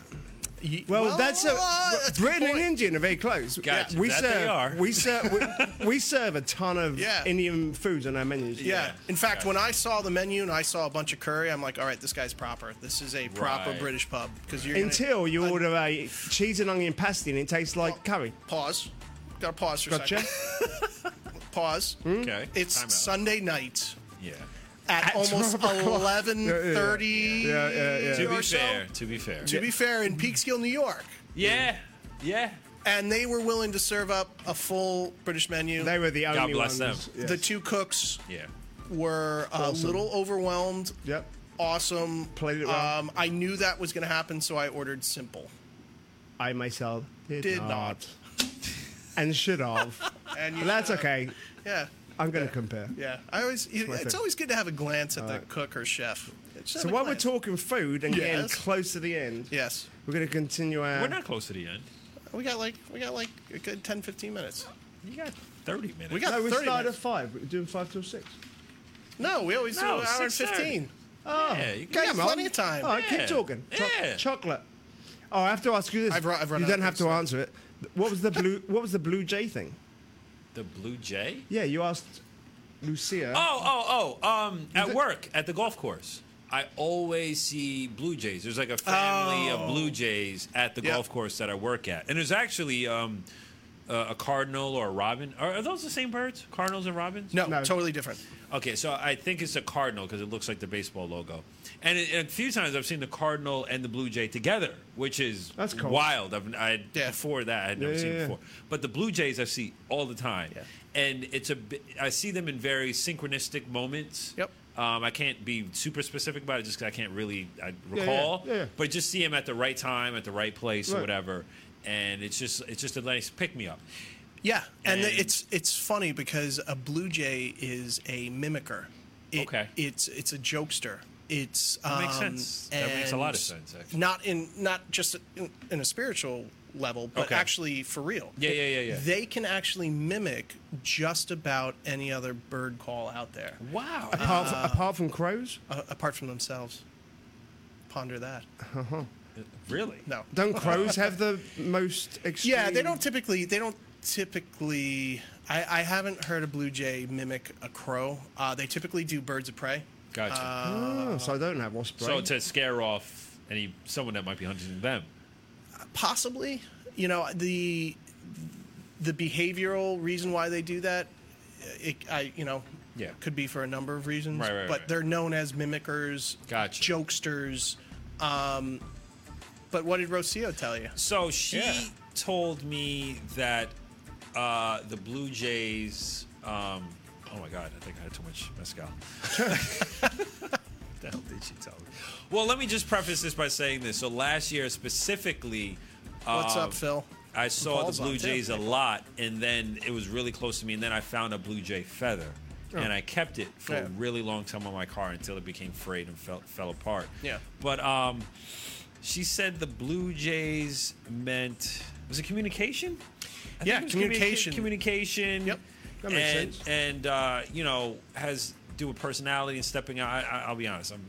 Speaker 1: y-
Speaker 2: Well, that's a
Speaker 1: uh, that's a
Speaker 2: Britain
Speaker 1: good
Speaker 2: and
Speaker 1: point.
Speaker 2: Indian are very close.
Speaker 3: Gotcha.
Speaker 2: We
Speaker 3: That
Speaker 2: serve,
Speaker 3: they are.
Speaker 2: We serve, we, we serve a ton of
Speaker 1: Yeah.
Speaker 2: Indian foods on our menus.
Speaker 1: Yeah.
Speaker 3: Yeah.
Speaker 1: In fact,
Speaker 3: Yeah.
Speaker 1: when I saw the menu and I saw a bunch of curry, I'm like, all right, this guy's proper. This is a proper
Speaker 3: Right.
Speaker 1: British pub because you're
Speaker 2: Until you order a cheese and onion pasty and it tastes like curry.
Speaker 1: gonna, pause. Got to pause for
Speaker 2: Gotcha. Hmm?
Speaker 1: a second. Pause.
Speaker 3: Okay.
Speaker 1: It's
Speaker 3: Time out.
Speaker 1: Sunday night
Speaker 3: Yeah.
Speaker 1: at, almost 11:30.
Speaker 2: Yeah, yeah, yeah.
Speaker 3: To be
Speaker 1: or so.
Speaker 3: fair. To be fair.
Speaker 1: To be fair, in Peekskill, New York,
Speaker 3: Yeah. Yeah.
Speaker 1: and they were willing to serve up a full British menu.
Speaker 2: They were the only
Speaker 3: bless
Speaker 2: ones.
Speaker 3: them.
Speaker 2: Yes.
Speaker 1: The two cooks
Speaker 3: Yeah.
Speaker 1: were uh, a little overwhelmed.
Speaker 2: Yep.
Speaker 1: Awesome.
Speaker 2: Played it well.
Speaker 1: Um, I knew that was going to happen, so I ordered simple.
Speaker 2: I myself did,
Speaker 1: Did
Speaker 2: not.
Speaker 1: not.
Speaker 2: and should have.
Speaker 1: And you,
Speaker 2: But that's okay.
Speaker 1: Yeah.
Speaker 2: I'm going to compare.
Speaker 1: Yeah. I always.
Speaker 2: my
Speaker 1: it's
Speaker 2: thing.
Speaker 1: always good to have a glance at the cook or chef. Just
Speaker 2: So
Speaker 1: have a
Speaker 2: while we're
Speaker 1: glance.
Speaker 2: talking food and getting
Speaker 1: Yes.
Speaker 2: close to the end,
Speaker 1: Yes.
Speaker 2: we're going to continue our.
Speaker 3: We're not close to the end.
Speaker 1: We got like we got like a good 10, 15 minutes.
Speaker 3: You got 30 minutes.
Speaker 1: We got
Speaker 2: no, we
Speaker 1: 30
Speaker 2: started at
Speaker 1: minutes.
Speaker 2: five. We're doing five till six.
Speaker 1: No, we always
Speaker 3: No,
Speaker 1: do an hour and
Speaker 3: 6:30.
Speaker 1: fifteen.
Speaker 2: Oh.
Speaker 3: Yeah, you
Speaker 1: got
Speaker 3: can-
Speaker 1: Yeah, plenty of time.
Speaker 2: All right,
Speaker 3: Yeah.
Speaker 2: keep talking. Cho-
Speaker 3: Yeah.
Speaker 2: Chocolate. Oh, I have to ask you this.
Speaker 1: I've ru- I've run
Speaker 2: you
Speaker 1: out
Speaker 2: don't
Speaker 1: of
Speaker 2: have to answer it. What was the blue? What was the blue jay thing?
Speaker 3: the Blue Jay.
Speaker 2: Yeah, you asked Lucia.
Speaker 3: Oh, oh, oh. Um, at work, at the golf course, I always see Blue Jays. There's like a family of Blue Jays at the
Speaker 1: Yeah.
Speaker 3: golf course that I work at. And there's actually um, uh, a cardinal or a robin. Are, are those the same birds? Cardinals and robins?
Speaker 1: No,
Speaker 2: No.
Speaker 1: totally different.
Speaker 3: Okay, so I think it's a cardinal because it looks like the baseball logo. And, it, and a few times I've seen the cardinal and the blue jay together, which is
Speaker 2: That's cool.
Speaker 3: wild. I've, I
Speaker 1: Yeah.
Speaker 3: before that I'd never
Speaker 2: Yeah,
Speaker 3: seen
Speaker 2: yeah, yeah.
Speaker 3: before. But the blue jays I see all the time,
Speaker 1: Yeah.
Speaker 3: and it's a bi- I see them in very synchronistic moments.
Speaker 1: Yep.
Speaker 3: Um, I can't be super specific about it just 'cause I can't really I
Speaker 2: yeah,
Speaker 3: recall,
Speaker 2: yeah, yeah.
Speaker 3: but just see them at the right time, at the right place, or
Speaker 2: Right.
Speaker 3: whatever. And it's just it's just a nice pick me up.
Speaker 1: Yeah, and,
Speaker 3: And-
Speaker 1: it's it's funny because a blue jay is a mimicker. It-
Speaker 3: Okay.
Speaker 1: it's it's a jokester. It's
Speaker 3: That makes
Speaker 1: um,
Speaker 3: sense. That makes a lot
Speaker 1: and
Speaker 3: of sense, actually.
Speaker 1: Not in not just in, in a spiritual level, but
Speaker 3: Okay.
Speaker 1: actually for real.
Speaker 3: Yeah, yeah, yeah, yeah.
Speaker 1: They can actually mimic just about any other bird call out there,
Speaker 3: Wow.
Speaker 2: apart, from, apart from crows,
Speaker 1: uh, apart from themselves. Ponder that.
Speaker 3: really?
Speaker 1: No.
Speaker 2: don't crows have the most extreme?
Speaker 1: Yeah, they don't typically. They don't typically. I, I haven't heard a blue jay mimic a crow. Uh, they typically do birds of prey.
Speaker 3: Gotcha.
Speaker 2: Oh, so I don't have osprey.
Speaker 3: So to scare off any someone that might be hunting them.
Speaker 1: Possibly, you know the the behavioral reason why they do that. It, I you know
Speaker 3: Yeah.
Speaker 1: could be for a number of reasons.
Speaker 3: Right, right,
Speaker 1: but
Speaker 3: right.
Speaker 1: they're known as mimickers,
Speaker 3: Gotcha.
Speaker 1: jokesters. Um, but what did Rocio tell you?
Speaker 3: So she
Speaker 1: Yeah.
Speaker 3: told me that uh, the Blue Jays. Um, oh my God, I think I had too much mezcal. what the hell did she tell me? Well, let me just preface this by saying this. So last year specifically,
Speaker 1: What's
Speaker 3: uh,
Speaker 1: up, Phil?
Speaker 3: I saw the
Speaker 1: Paul's
Speaker 3: Blue
Speaker 1: on, too.
Speaker 3: Jays a lot, and then it was really close to me, and then I found a Blue Jay feather. And I kept it for
Speaker 1: Oh. Yeah.
Speaker 3: a really long time on my car until it became frayed and fell, fell apart.
Speaker 1: Yeah.
Speaker 3: But um, she said the Blue Jays meant was it communication? I think
Speaker 1: Yeah,
Speaker 3: it was
Speaker 1: communication.
Speaker 3: communica- Communication.
Speaker 1: Yep.
Speaker 2: That makes
Speaker 3: and,
Speaker 2: sense.
Speaker 3: And uh, you know has do with personality and stepping out. I, I, I'll be honest, I'm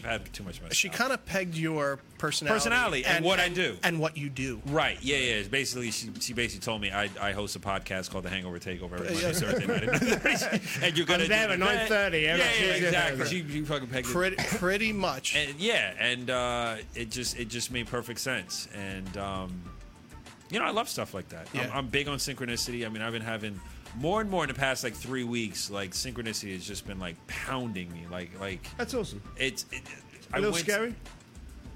Speaker 3: I've had too much of my
Speaker 1: She kind of pegged your personality,
Speaker 3: uh, Personality and what I do.
Speaker 1: and what you do.
Speaker 3: Right. Yeah. Yeah. It's Basically, she, she basically told me I, I host a podcast called The Hangover Takeover every Monday,
Speaker 1: Yeah.
Speaker 3: Thursday night, at 9:30, and you're gonna
Speaker 2: I'm there
Speaker 3: do
Speaker 2: at
Speaker 3: that.
Speaker 2: 9:30
Speaker 3: Yeah.
Speaker 2: every
Speaker 3: Yeah.
Speaker 2: Tuesday.
Speaker 3: Exactly. She, she fucking pegged it.
Speaker 1: Pretty, pretty much.
Speaker 3: And, yeah. And uh, it just it just made perfect sense. And um, you know, I love stuff like that. I'm,
Speaker 1: Yeah.
Speaker 3: I'm big on synchronicity. I mean, I've been having more and more in the past like three weeks. Like synchronicity has just been like pounding me. Like like
Speaker 2: That's awesome.
Speaker 3: it's. It,
Speaker 2: A
Speaker 3: I
Speaker 2: little
Speaker 3: went-
Speaker 2: scary.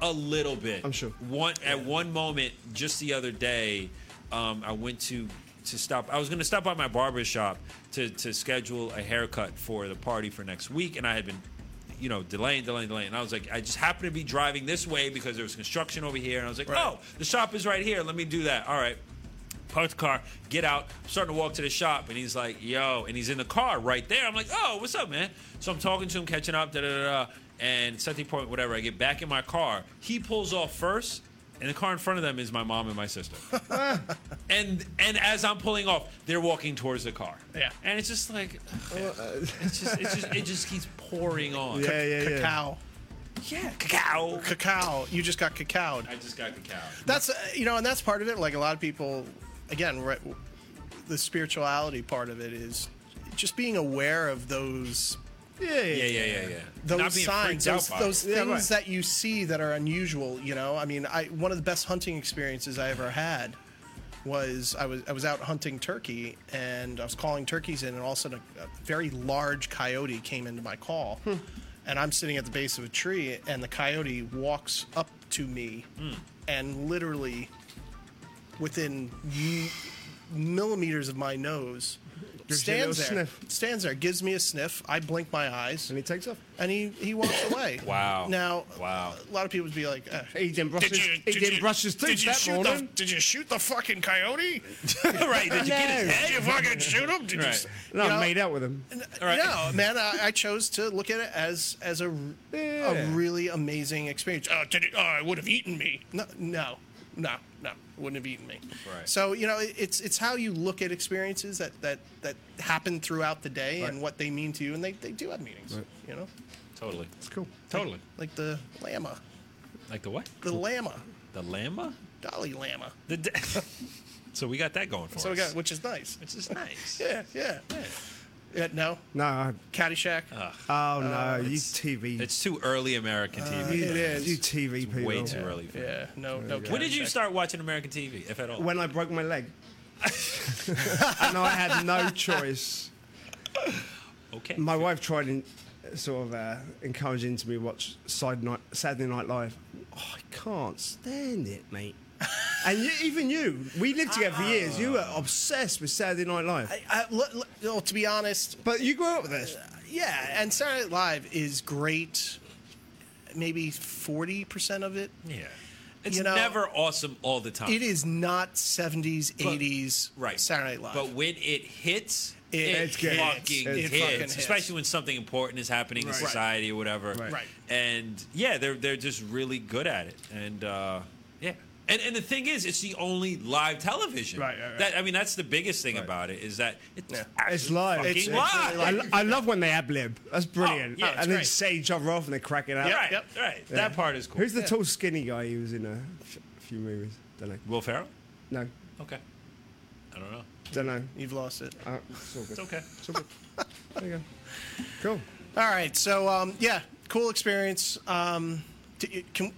Speaker 3: a little bit.
Speaker 2: I'm sure.
Speaker 3: One at one moment, just the other day, um, I went to to stop. I was going to stop by my barber shop to to schedule a haircut for the party for next week, and I had been, you know, delaying, delaying, delaying. And I was like, I just happened to be driving this way because there was construction over here, and I was like,
Speaker 1: Right.
Speaker 3: oh, the shop is right here. Let me do that. All right. Park the car, get out, starting to walk to the shop, and he's like, yo, and he's in the car right there. I'm like, oh, what's up, man? So I'm talking to him, catching up, da da da, da, and set the point, whatever. I get back in my car. He pulls off first, and the car in front of them is my mom and my sister. and and as I'm pulling off, they're walking towards the car.
Speaker 1: Yeah.
Speaker 3: And it's just like it's just it's just it just keeps pouring on.
Speaker 2: Yeah, yeah, yeah.
Speaker 1: cacao,
Speaker 3: Yeah. Cacao.
Speaker 1: cacao. You just got cacaoed.
Speaker 3: I just got cacao.
Speaker 1: That's uh, you know, and that's part of it. Like a lot of people, again, right, the spirituality part of it is just being aware of those
Speaker 2: Yeah,
Speaker 3: Yeah, yeah, yeah, yeah. Not
Speaker 1: those
Speaker 3: being
Speaker 1: signs,
Speaker 3: freaked out
Speaker 1: those,
Speaker 3: by
Speaker 1: those
Speaker 3: it.
Speaker 1: things
Speaker 2: Yeah, right.
Speaker 1: that you see that are unusual. You know, I mean, I one of the best hunting experiences I ever had was I was I was out hunting turkey and I was calling turkeys in, and all of a sudden a, a very large coyote came into my call, and I'm sitting at the base of a tree, and the coyote walks up to me, and literally within m- millimeters of my nose.
Speaker 2: Gives you a
Speaker 1: Stands there,
Speaker 2: little sniff.
Speaker 1: stands there, gives me a sniff. I blink my eyes
Speaker 2: And he takes off.
Speaker 1: and he, he walks away.
Speaker 3: Wow.
Speaker 1: Now,
Speaker 3: Wow.
Speaker 1: A lot of people would be like, uh,
Speaker 2: He didn't brush his, he didn't brush his teeth that morning.
Speaker 1: did you shoot the fucking coyote?
Speaker 3: right. Did you get his
Speaker 2: No.
Speaker 3: head?
Speaker 1: you fucking shoot him? Did
Speaker 3: Right.
Speaker 2: no,
Speaker 1: you know-
Speaker 2: made out with him.
Speaker 3: right.
Speaker 1: No, man. I, I chose to look at it as as a, a
Speaker 2: Yeah.
Speaker 1: really amazing experience. Oh, did it? Oh, it would have eaten me. No, no, no, no. it Wouldn't have eaten me.
Speaker 3: Right.
Speaker 1: So you know, it, it's it's how you look at experiences that that that happen throughout the day and
Speaker 2: Right.
Speaker 1: what they mean to you, and they they do have meanings. You know,
Speaker 3: Totally.
Speaker 2: It's cool.
Speaker 3: Totally.
Speaker 1: like the llama,
Speaker 3: Like the what?
Speaker 1: the llama,
Speaker 3: The llama?
Speaker 1: Dalai Lama.
Speaker 3: The d so we got that going for
Speaker 1: So we
Speaker 3: us.
Speaker 1: got, which is nice.
Speaker 3: which is nice.
Speaker 1: Yeah, yeah. Yeah, no.
Speaker 2: No, I-
Speaker 1: Caddyshack.
Speaker 3: Ah.
Speaker 2: oh no, you TV,
Speaker 3: It's too early American TV.
Speaker 2: you,
Speaker 1: it is.
Speaker 2: you TV people.
Speaker 3: Way too early. For
Speaker 1: yeah, no, no.
Speaker 3: When did you
Speaker 1: Caddyshack.
Speaker 3: start watching American TV, if at all?
Speaker 2: When I broke my leg, and I had no choice.
Speaker 3: okay.
Speaker 2: My wife tried in, sort of uh, encouraging to me watch Side Night, Saturday Night Live. Oh, I can't stand it, mate. and you, even you, we lived together for years. You were obsessed with Saturday Night Live,
Speaker 1: I, I, l- l- well, to be honest,
Speaker 2: but you grew up with us.
Speaker 1: yeah, and Saturday Night Live is great. Maybe forty percent of it.
Speaker 3: yeah. It's
Speaker 1: You know-
Speaker 3: never awesome all the time.
Speaker 1: It is not seventies, eighties.
Speaker 3: Right.
Speaker 1: Saturday Night Live.
Speaker 3: But when it hits, it,
Speaker 1: It-
Speaker 2: It's good.
Speaker 3: fucking
Speaker 2: It
Speaker 3: hits.
Speaker 1: fucking hits.
Speaker 3: Especially when something important is happening
Speaker 1: Right.
Speaker 3: in society or whatever.
Speaker 2: Right.
Speaker 1: Right.
Speaker 3: And yeah, they're they're just really good at it. And uh, yeah. And, and the thing is, it's the only live television.
Speaker 2: Right, right, right.
Speaker 3: That I mean, that's the biggest thing about it is that it's
Speaker 2: It's live.
Speaker 3: fucking
Speaker 1: It's- it's
Speaker 3: live.
Speaker 2: I, lo- I love when they ab lib. That's brilliant.
Speaker 3: yeah, it's
Speaker 2: and they
Speaker 1: great.
Speaker 2: say each other off and they crack it up.
Speaker 3: right,
Speaker 1: Yep.
Speaker 3: right. That part is cool.
Speaker 2: Who's the tall, skinny guy who was in a f- few movies? Don't know.
Speaker 3: Will Ferrell?
Speaker 2: No,
Speaker 3: Okay. I don't know.
Speaker 2: don't know.
Speaker 1: You've lost it.
Speaker 2: Uh, it's all good.
Speaker 3: It's okay.
Speaker 2: It's all good. There you go. Cool.
Speaker 1: All right, so um, yeah, cool experience. Um, d- you- can,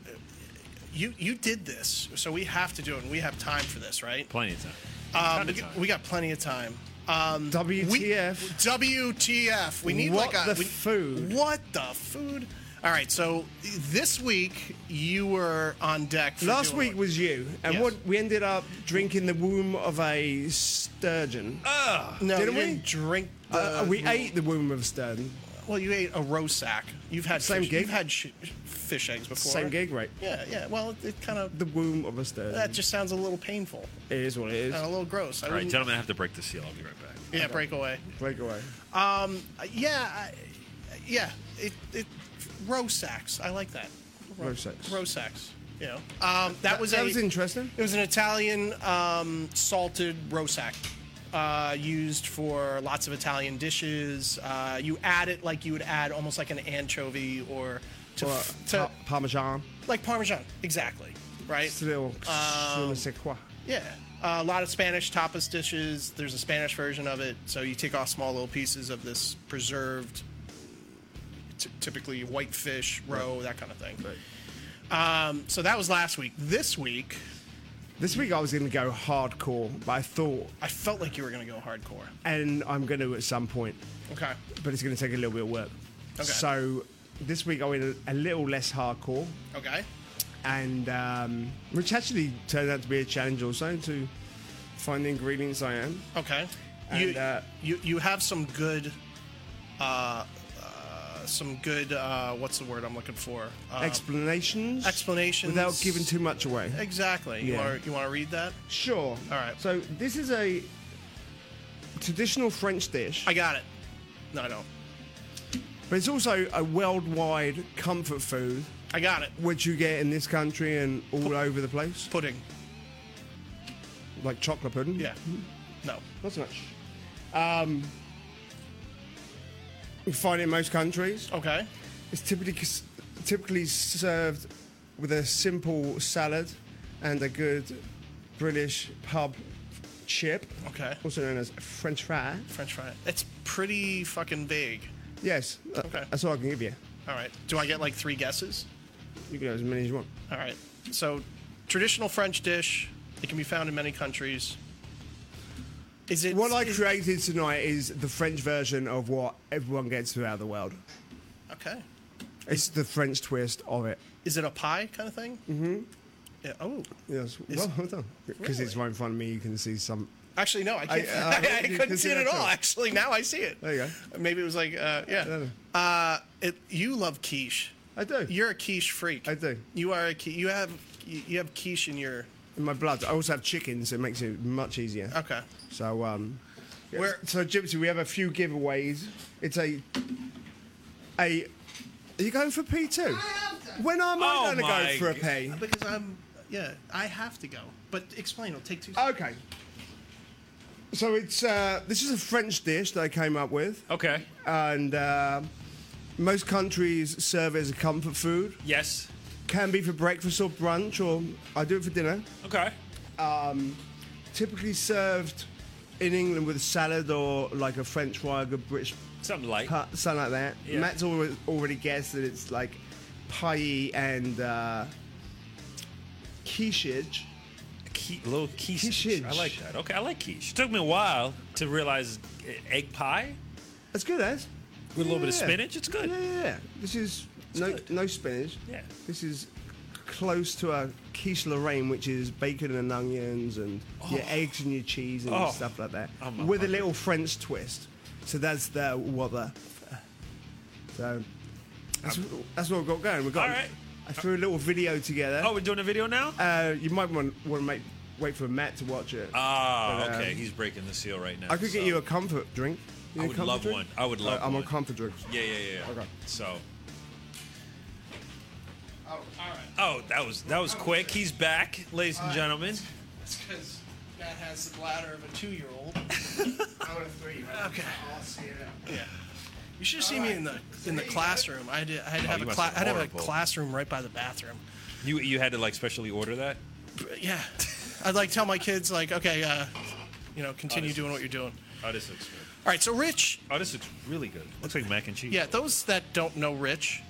Speaker 1: you you did this, so we have to do it, and we have time for this, right?
Speaker 3: Plenty of time.
Speaker 1: Um,
Speaker 3: Ton
Speaker 1: we,
Speaker 3: of time.
Speaker 1: we got plenty of time.
Speaker 2: WTF?
Speaker 1: We, WTF. We need
Speaker 2: What
Speaker 1: like a
Speaker 2: the
Speaker 1: we-
Speaker 2: food?
Speaker 1: What the food? All right, so this week you were on deck. For
Speaker 2: Last
Speaker 1: doing
Speaker 2: week
Speaker 1: one.
Speaker 2: was you, and
Speaker 1: Yes.
Speaker 2: what we ended up drinking the womb of a sturgeon.
Speaker 1: Uh, no,
Speaker 2: didn't
Speaker 1: you
Speaker 2: we?
Speaker 1: didn't drink. The,
Speaker 2: Uh, we ate the womb of sturgeon.
Speaker 1: Well, you ate a roe sack. You've had
Speaker 2: Same
Speaker 1: fish,
Speaker 2: gig?
Speaker 1: You've had sh- fish eggs before.
Speaker 2: Same gig, right?
Speaker 1: Yeah, yeah. Well, it, it kind of
Speaker 2: The womb of a sturgeon.
Speaker 1: that just sounds a little painful
Speaker 2: it is what it is.
Speaker 1: and a little gross. I
Speaker 3: All right,
Speaker 1: wouldn't-
Speaker 3: gentlemen, I have to break the seal. I'll be right back.
Speaker 1: Yeah, breakaway.
Speaker 2: Break away.
Speaker 1: Uh, yeah, I, yeah. It it roe sacks. I like that. Ro-
Speaker 2: Roe sacks.
Speaker 1: Roe sacks. You know, um, that was
Speaker 2: that
Speaker 1: a-
Speaker 2: was interesting.
Speaker 1: It was an Italian um, salted rosac, uh, used for lots of Italian dishes. Uh, you add it like you would add almost like an anchovy or to,
Speaker 2: Well,
Speaker 1: f- to
Speaker 2: pa- Parmesan.
Speaker 1: like Parmesan, exactly, right?
Speaker 2: It's a little.
Speaker 1: Um,
Speaker 2: je ne sais quoi.
Speaker 1: Yeah. Uh, a lot of Spanish tapas dishes. There's a Spanish version of it. So you take off small little pieces of this preserved, t- typically white fish, roe, that kind of thing. Um, so that was last week. This week,
Speaker 2: This week I was going to go hardcore, but I thought,
Speaker 1: I felt like you were going to go hardcore.
Speaker 2: and I'm going to at some point,
Speaker 1: Okay.
Speaker 2: but it's going to take a little bit of work.
Speaker 1: Okay.
Speaker 2: So this week I went a, a little less hardcore,
Speaker 1: Okay.
Speaker 2: and um, which actually turned out to be a challenge also to find the ingredients I am.
Speaker 1: Okay.
Speaker 2: And,
Speaker 1: you,
Speaker 2: uh,
Speaker 1: you you have some good, uh, uh, some good. Uh, what's the word I'm looking for? Uh,
Speaker 2: explanations.
Speaker 1: explanations.
Speaker 2: Without giving too much away.
Speaker 1: exactly. You
Speaker 2: Yeah.
Speaker 1: want to you want to read that?
Speaker 2: Sure.
Speaker 1: All right.
Speaker 2: So this is a traditional French dish,
Speaker 1: I got it. No, I don't.
Speaker 2: but it's also a worldwide comfort food,
Speaker 1: I got it.
Speaker 2: which you get in this country and all over the place,
Speaker 1: Pudding.
Speaker 2: like chocolate pudding.
Speaker 1: Yeah. No.
Speaker 2: Not so much. Um, you find it in most countries.
Speaker 1: Okay.
Speaker 2: It's typically typically served with a simple salad and a good British pub chip,
Speaker 1: Okay.
Speaker 2: also known as French fry.
Speaker 1: French fry. It's pretty fucking big.
Speaker 2: Yes, uh,
Speaker 1: Okay.
Speaker 2: that's all I can give you.
Speaker 1: All right. Do I get like three guesses?
Speaker 2: You can have as many as you want.
Speaker 1: All right. So, traditional French dish. It can be found in many countries. Is it
Speaker 2: What I
Speaker 1: is-
Speaker 2: created tonight is the French version of what everyone gets throughout the world.
Speaker 1: Okay.
Speaker 2: It's the French twist of it.
Speaker 1: Is it a pie kind of thing? Mm-hmm. Yeah. Oh,
Speaker 2: Yes, well, hold on. Because it's right in front of me, you can see some.
Speaker 1: actually, no, I can't.
Speaker 2: I-
Speaker 1: I,
Speaker 2: I hope you
Speaker 1: couldn't
Speaker 2: can
Speaker 1: see
Speaker 2: see
Speaker 1: it at
Speaker 2: that
Speaker 1: all.
Speaker 2: too.
Speaker 1: Actually, now I see it.
Speaker 2: There you
Speaker 1: Maybe it was like, uh, yeah.
Speaker 2: don't
Speaker 1: Uh, it, you love quiche.
Speaker 2: I do.
Speaker 1: You're a quiche freak.
Speaker 2: I do.
Speaker 1: You are a qui- you have you you have quiche in your
Speaker 2: In my blood. I also have chickens, so it makes it much easier.
Speaker 1: okay.
Speaker 2: So, um, yeah.
Speaker 1: Where-
Speaker 2: so Gypsy, we have a few giveaways. It's a, a. Are you going for P two? When am I
Speaker 3: Oh
Speaker 2: going to
Speaker 3: my
Speaker 2: go for a
Speaker 3: g-
Speaker 2: P?
Speaker 1: Because I'm yeah I have to go. But explain. It'll take two.
Speaker 2: Okay. So it's uh, this is a French dish that I came up with,
Speaker 3: Okay.
Speaker 2: and uh, most countries serve it as a comfort food.
Speaker 3: Yes.
Speaker 2: Can be for breakfast or brunch, or I do it for dinner.
Speaker 3: Okay.
Speaker 2: Typically served in England with a salad or like a French fry, a good British
Speaker 3: Something light.
Speaker 2: cut, something like that.
Speaker 3: Yeah.
Speaker 2: Matt's already, already guessed that it's like pie and uh, quiche.
Speaker 3: Qui- little quiche.
Speaker 2: Quiche.
Speaker 3: I like that. Okay, I like quiche. It took me a while to realize uh, egg pie
Speaker 2: That's good, as.
Speaker 3: with a little bit of
Speaker 2: Yeah.
Speaker 3: spinach. It's good.
Speaker 2: Yeah, yeah, yeah. This is no
Speaker 3: good.
Speaker 2: no spinach.
Speaker 3: Yeah.
Speaker 2: This is close to a quiche Lorraine, which is bacon and onions and your eggs and your cheese and
Speaker 3: Oh.
Speaker 2: stuff like that,
Speaker 3: I'm
Speaker 2: with a
Speaker 3: hungry.
Speaker 2: little French twist. So that's the what the. So that's, that's what we've got going. We've got.
Speaker 3: Um, All right.
Speaker 2: I threw a little video together.
Speaker 3: Oh, we're doing a video now?
Speaker 2: Uh, you might want, want to make wait for Matt to watch it.
Speaker 3: Ah,
Speaker 2: but, um,
Speaker 3: okay. He's breaking the seal right now.
Speaker 2: I could get
Speaker 3: so-
Speaker 2: you a comfort drink. You need
Speaker 3: I
Speaker 2: a
Speaker 3: would
Speaker 2: comfort
Speaker 3: love
Speaker 2: drink? Uh,
Speaker 3: one. I would love
Speaker 2: I'm
Speaker 3: one.
Speaker 2: on comfort drink.
Speaker 3: Yeah, yeah, yeah. yeah.
Speaker 2: Okay.
Speaker 3: So. Oh, all right. Oh, that was that was quick. He's back, ladies and gentlemen.
Speaker 1: That's because Matt has the bladder of a two-year-old.
Speaker 2: I want to throw you.
Speaker 1: Okay.
Speaker 2: I'll see you now.
Speaker 1: Yeah. You should have seen me in the in the classroom. I had to, I had to have
Speaker 3: Oh, you
Speaker 1: a
Speaker 3: must
Speaker 1: cla-
Speaker 3: look
Speaker 1: I'd have a
Speaker 3: horrible.
Speaker 1: classroom right by the bathroom.
Speaker 3: You you had to like specially order that.
Speaker 1: Yeah, I'd like tell my kids like, okay, uh, you know, continue
Speaker 3: Honestly.
Speaker 1: doing what you're doing.
Speaker 3: Oh, this looks good.
Speaker 1: All right, so Rich,
Speaker 3: Oh, this looks really good. Looks like mac and cheese.
Speaker 1: yeah, those that don't know Rich,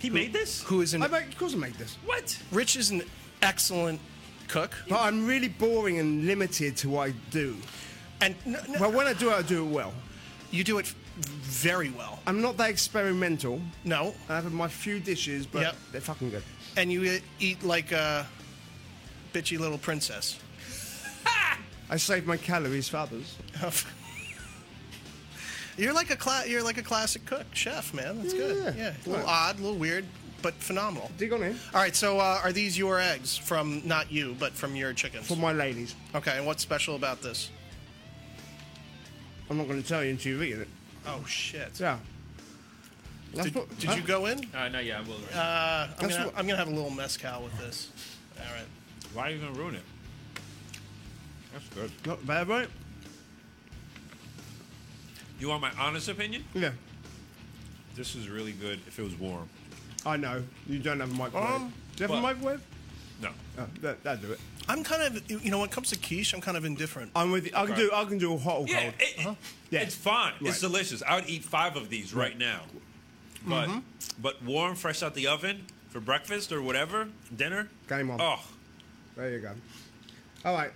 Speaker 3: He made this.
Speaker 1: who is an
Speaker 2: I make, of course I make this.
Speaker 3: What?
Speaker 1: Rich is an excellent cook,
Speaker 2: But I'm really boring and limited to what I do.
Speaker 1: and n- n-
Speaker 2: But when I do it, I do it well.
Speaker 1: you do it very well.
Speaker 2: I'm not that experimental.
Speaker 1: No,
Speaker 2: I have my few dishes, but
Speaker 1: Yep.
Speaker 2: they're fucking good.
Speaker 1: and you e- eat like a bitchy little princess.
Speaker 2: I save my calories for others.
Speaker 1: you're like a cla- you're like a classic cook chef, man. That's good.
Speaker 2: Yeah.
Speaker 1: Yeah, a little
Speaker 2: Right.
Speaker 1: odd, a little weird, but phenomenal.
Speaker 2: Dig on in
Speaker 1: All right, so uh, are these your eggs from not you, but from your chickens?
Speaker 2: for my ladies.
Speaker 1: okay, and what's special about this?
Speaker 2: I'm not going to tell you until you've eaten it.
Speaker 1: Oh shit!
Speaker 2: Yeah.
Speaker 1: Did, did you go in?
Speaker 3: Uh, no, yeah, I will.
Speaker 1: Uh, I'm,
Speaker 2: That's
Speaker 1: gonna,
Speaker 2: what-
Speaker 1: I'm gonna have a little mezcal with this. All right.
Speaker 3: Why are you gonna ruin it? That's good.
Speaker 2: Not bad, right?
Speaker 3: You want my honest opinion?
Speaker 2: Yeah.
Speaker 3: This is really good if it was warm.
Speaker 2: I know. You don't have a microwave.
Speaker 1: Um,
Speaker 2: Do you have a
Speaker 3: what?
Speaker 2: microwave?
Speaker 3: No.
Speaker 2: Oh, that, that'll do it.
Speaker 1: I'm kind of you know when it comes to quiche, I'm kind of indifferent.
Speaker 2: I'm with you. I can
Speaker 3: Okay.
Speaker 2: do. I can do a hot or
Speaker 3: Yeah,
Speaker 2: cold.
Speaker 3: it, it-
Speaker 2: Uh-huh. Yeah.
Speaker 3: it's fine.
Speaker 2: Right.
Speaker 3: It's delicious. I would eat five of these right now. But
Speaker 2: Mm-hmm.
Speaker 3: but warm, fresh out the oven for breakfast or whatever, dinner.
Speaker 2: Game on.
Speaker 3: Oh,
Speaker 2: There you go. All right.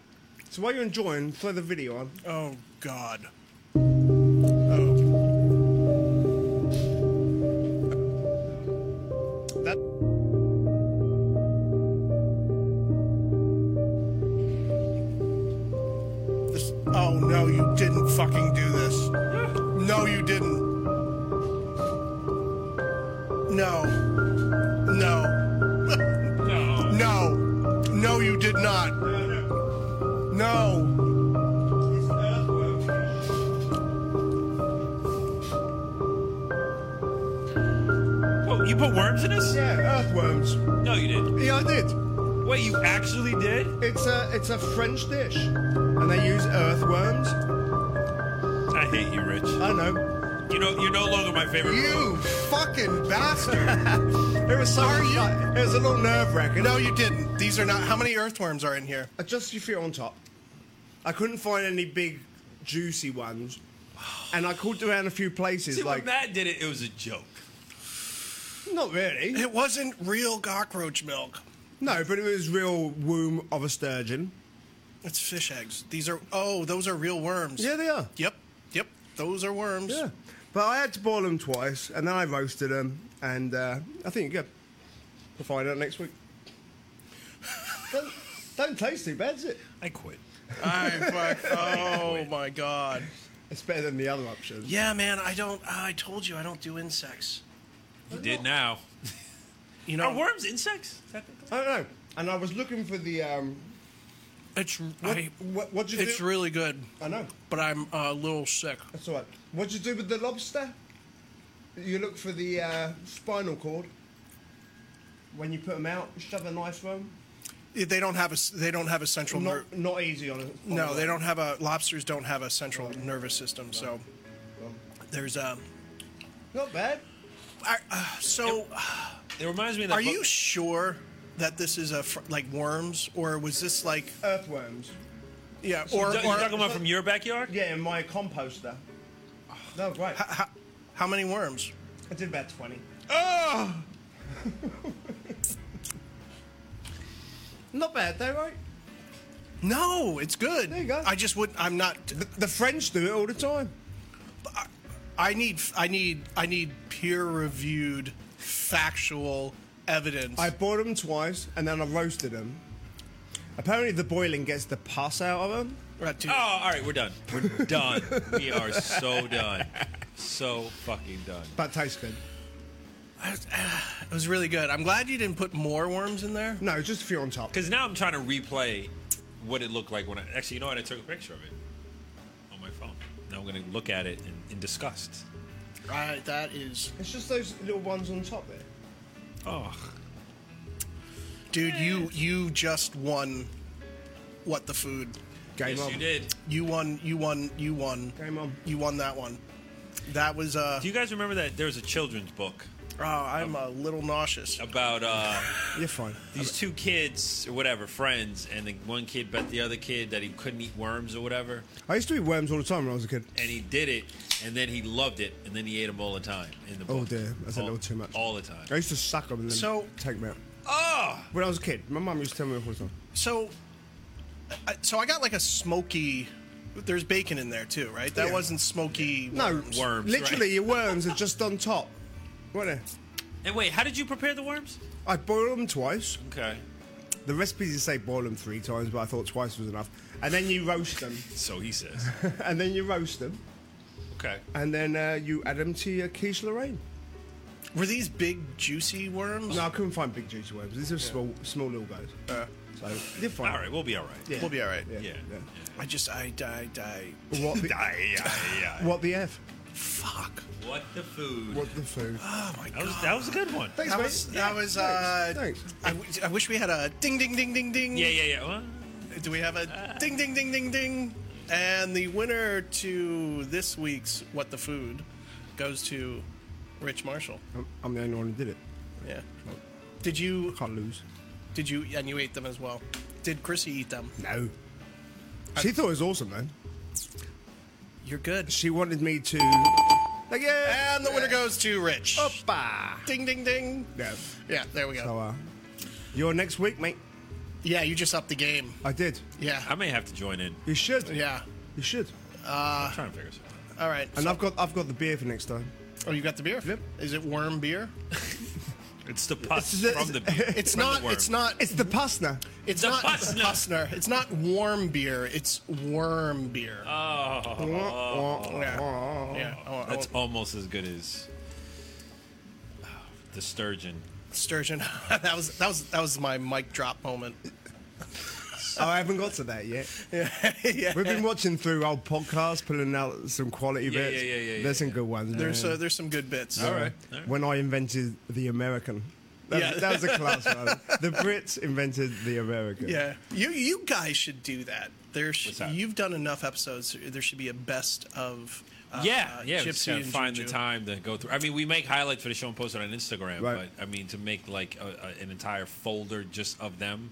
Speaker 2: So while you're enjoying, throw the video on.
Speaker 1: Oh God. Oh. That. This. Oh no! You didn't fucking do this. No, you didn't. No. No. No. No, you did not. No.
Speaker 3: Whoa, Oh, you put worms in this?
Speaker 2: Yeah, earthworms.
Speaker 3: No, you didn't.
Speaker 2: Yeah, I did.
Speaker 3: Wait, you actually did?
Speaker 2: It's a it's a French dish, and they use earthworms.
Speaker 3: I hate you, Rich.
Speaker 2: I know.
Speaker 3: You know you're no longer my favorite.
Speaker 2: You fucking bastard! it was so.
Speaker 1: Are you-
Speaker 2: It was a little nerve wracking.
Speaker 1: No, you didn't. These are not. How many earthworms are in here?
Speaker 2: Just your feet on top. I couldn't find any big, juicy ones, and I called around a few places.
Speaker 3: See,
Speaker 2: like,
Speaker 3: when Matt did it, it was a joke.
Speaker 2: not really.
Speaker 1: It wasn't real cockroach milk.
Speaker 2: No, but it was real womb of a sturgeon.
Speaker 1: It's fish eggs. These are. Oh, those are real worms.
Speaker 2: Yeah, they are.
Speaker 1: Yep. Yep. Those are worms.
Speaker 2: Yeah, but I had to boil them twice, and then I roasted them, and uh, I think you're good. We'll find out next week. don't, don't taste too bad, is it?
Speaker 3: I quit.
Speaker 1: I fuck. Oh my god.
Speaker 2: It's better than the other option.
Speaker 1: Yeah, man. I don't. uh, I told you I don't do insects.
Speaker 3: You did now.
Speaker 1: You
Speaker 3: Are
Speaker 1: know.
Speaker 3: worms insects? Technically.
Speaker 2: I don't know. And I was looking for the um.
Speaker 1: It's.
Speaker 2: What,
Speaker 1: I,
Speaker 2: what, what'd you
Speaker 1: it's
Speaker 2: do?
Speaker 1: really good,
Speaker 2: I know.
Speaker 1: but I'm a little sick.
Speaker 2: That's all right. What'd you do with the lobster? You look for the uh, spinal cord. When you put them out, shove a knife through 'em.
Speaker 1: They don't have a. s- They don't have a central. Ner-
Speaker 2: Not, not easy on it.
Speaker 1: Oh, no, they don't have a. Lobsters don't have a central nervous system, so there's a.
Speaker 2: Not bad.
Speaker 1: I- uh, so.
Speaker 3: It reminds me of that
Speaker 1: Are
Speaker 3: book-
Speaker 1: you sure that this is a fr- like worms or was this like
Speaker 2: Earthworms.
Speaker 1: yeah
Speaker 3: Or,
Speaker 1: or,
Speaker 3: you
Speaker 1: or
Speaker 3: talking about from your backyard?
Speaker 2: Yeah, in my composter. No, right.
Speaker 1: how, how many worms?
Speaker 2: I did about 20.
Speaker 1: Oh,
Speaker 2: Not bad though, right?
Speaker 1: no, it's good.
Speaker 2: There you go.
Speaker 1: I just would. I'm not.
Speaker 2: The French do it all the time.
Speaker 1: I need. I need. I need peer reviewed, factual evidence.
Speaker 2: I boiled them twice and then I roasted them. Apparently, the boiling gets the pus out of them.
Speaker 1: Right, dude.
Speaker 3: Oh, all right, we're done. We're done. we are so done. So fucking done.
Speaker 2: But tastes good.
Speaker 1: I was- ah, it was really good. I'm glad you didn't put more worms in there.
Speaker 2: No, just a few on top.
Speaker 3: Because now I'm trying to replay what it looked like when I actually, you know what? I took a picture of it on my phone. Now I'm going to look at it in, in disgust.
Speaker 1: Right, that is,
Speaker 2: It's just those little ones on top there.
Speaker 3: Oh,
Speaker 1: dude. You you just won. What the food?
Speaker 2: Game
Speaker 3: yes,
Speaker 2: on.
Speaker 3: you did.
Speaker 1: You won. You won. You won.
Speaker 2: Game on.
Speaker 1: You won that one. That was uh
Speaker 3: Do you guys remember that there was a children's book
Speaker 1: oh, I'm a little nauseous.
Speaker 3: about uh,
Speaker 2: You're fine.
Speaker 3: these two kids or whatever friends, and the one kid bet the other kid that he couldn't eat worms or whatever,
Speaker 2: I used to eat worms all the time when I was a kid.
Speaker 3: and he did it, and then he loved it, and then he ate them all the time in the book.
Speaker 2: Oh dear, that's a
Speaker 3: All-
Speaker 2: little too much.
Speaker 3: All the time.
Speaker 2: I used to suck them and then
Speaker 1: So-
Speaker 2: take them out.
Speaker 3: Oh,
Speaker 2: When I was a kid, my mum used to tell me all the time.
Speaker 1: So I, so I got like a smoky There's bacon in there too, right? That
Speaker 2: Yeah.
Speaker 1: wasn't smoky.
Speaker 2: No,
Speaker 1: worms.
Speaker 3: Worms,
Speaker 2: Literally,
Speaker 3: right.
Speaker 2: your worms are just on top. What?
Speaker 3: And wait, how did you prepare the worms?
Speaker 2: I boil them twice.
Speaker 3: Okay.
Speaker 2: The recipes say boil them three times, but I thought twice was enough. And then you roast them.
Speaker 3: So he says.
Speaker 2: and then you roast them.
Speaker 3: Okay.
Speaker 2: And then uh, you add them to your quiche Lorraine.
Speaker 1: Were these big juicy worms?
Speaker 2: No, I couldn't find big juicy worms. These are small, small little guys.
Speaker 1: Uh,
Speaker 2: so I did find.
Speaker 3: All right, we'll be all right.
Speaker 2: Yeah.
Speaker 1: We'll be all right.
Speaker 2: Yeah.
Speaker 3: Yeah.
Speaker 2: yeah.
Speaker 1: I just I die die.
Speaker 2: What the,
Speaker 3: Aye, aye, aye.
Speaker 2: what the f?
Speaker 1: Fuck.
Speaker 3: What the food?
Speaker 2: What the food?
Speaker 1: Oh my
Speaker 3: That
Speaker 1: god.
Speaker 3: was that was a good one.
Speaker 2: Thanks,
Speaker 1: That
Speaker 2: mate.
Speaker 1: was
Speaker 2: Yeah,
Speaker 1: that was. Uh,
Speaker 2: thanks, thanks.
Speaker 1: I, w- I wish we had a ding ding ding ding ding.
Speaker 3: Yeah, Uh. yeah, yeah. Well,
Speaker 1: Do we have a ding ding ding ding ding? And the winner to this week's What the Food goes to Rich Marshall.
Speaker 2: I'm, I'm the only one who did it.
Speaker 1: Yeah. Did you
Speaker 2: Can't lose.
Speaker 1: did you and you ate them as well? Did Chrissy eat them?
Speaker 2: No. She thought it was awesome, man.
Speaker 1: You're good.
Speaker 2: She wanted me to. Like, yeah.
Speaker 1: And the winner goes to Rich.
Speaker 2: Oppa.
Speaker 1: Oh, Ding ding ding.
Speaker 2: No.
Speaker 1: Yeah, there we go.
Speaker 2: So, uh, you're next week, mate.
Speaker 1: Yeah, you just upped the game.
Speaker 2: I did.
Speaker 3: I
Speaker 1: Yeah.
Speaker 3: may have to join in.
Speaker 2: You should.
Speaker 1: Yeah.
Speaker 2: You should.
Speaker 3: I'm trying to figure something. out.
Speaker 1: All right.
Speaker 2: And I've got I've got the beer for next time.
Speaker 1: Oh, you got the beer?
Speaker 2: Yep.
Speaker 1: Is it worm beer?
Speaker 3: It's the pus
Speaker 2: It's the-
Speaker 3: from the beer.
Speaker 1: It's
Speaker 3: from the
Speaker 1: not
Speaker 3: worm.
Speaker 1: it's not
Speaker 2: It's the Pasna.
Speaker 1: It's
Speaker 3: The
Speaker 1: not
Speaker 3: Pustner.
Speaker 1: Pustner. It's not warm beer. It's worm beer.
Speaker 2: Oh.
Speaker 1: yeah. I want- I
Speaker 3: That's
Speaker 1: want
Speaker 3: almost as good as oh, the sturgeon.
Speaker 1: sturgeon. that was that was that was my mic drop moment.
Speaker 2: Oh, I haven't got to that yet.
Speaker 1: yeah.
Speaker 2: We've been watching through old podcasts, pulling out some quality
Speaker 3: Yeah,
Speaker 2: bits.
Speaker 3: yeah, yeah, yeah, yeah,
Speaker 2: There's some
Speaker 3: yeah.
Speaker 2: good ones.
Speaker 1: There's
Speaker 2: man.
Speaker 1: uh, there's some good bits.
Speaker 3: All right. All right.
Speaker 2: When I invented the American. That,
Speaker 1: Yeah.
Speaker 2: that was a class one. The Brits invented the American.
Speaker 1: Yeah. You you guys should do that. There
Speaker 3: What's
Speaker 1: sh-
Speaker 3: that?
Speaker 1: you've done enough episodes. There should be a best of. Uh,
Speaker 3: yeah,
Speaker 1: uh,
Speaker 3: yeah. we just
Speaker 1: Gypsy
Speaker 3: gotta
Speaker 1: and
Speaker 3: find
Speaker 1: Juju.
Speaker 3: the time to go through. I mean, we make highlights for the show and post it on Instagram.
Speaker 2: Right.
Speaker 3: But I mean, to make like a, a, an entire folder just of them,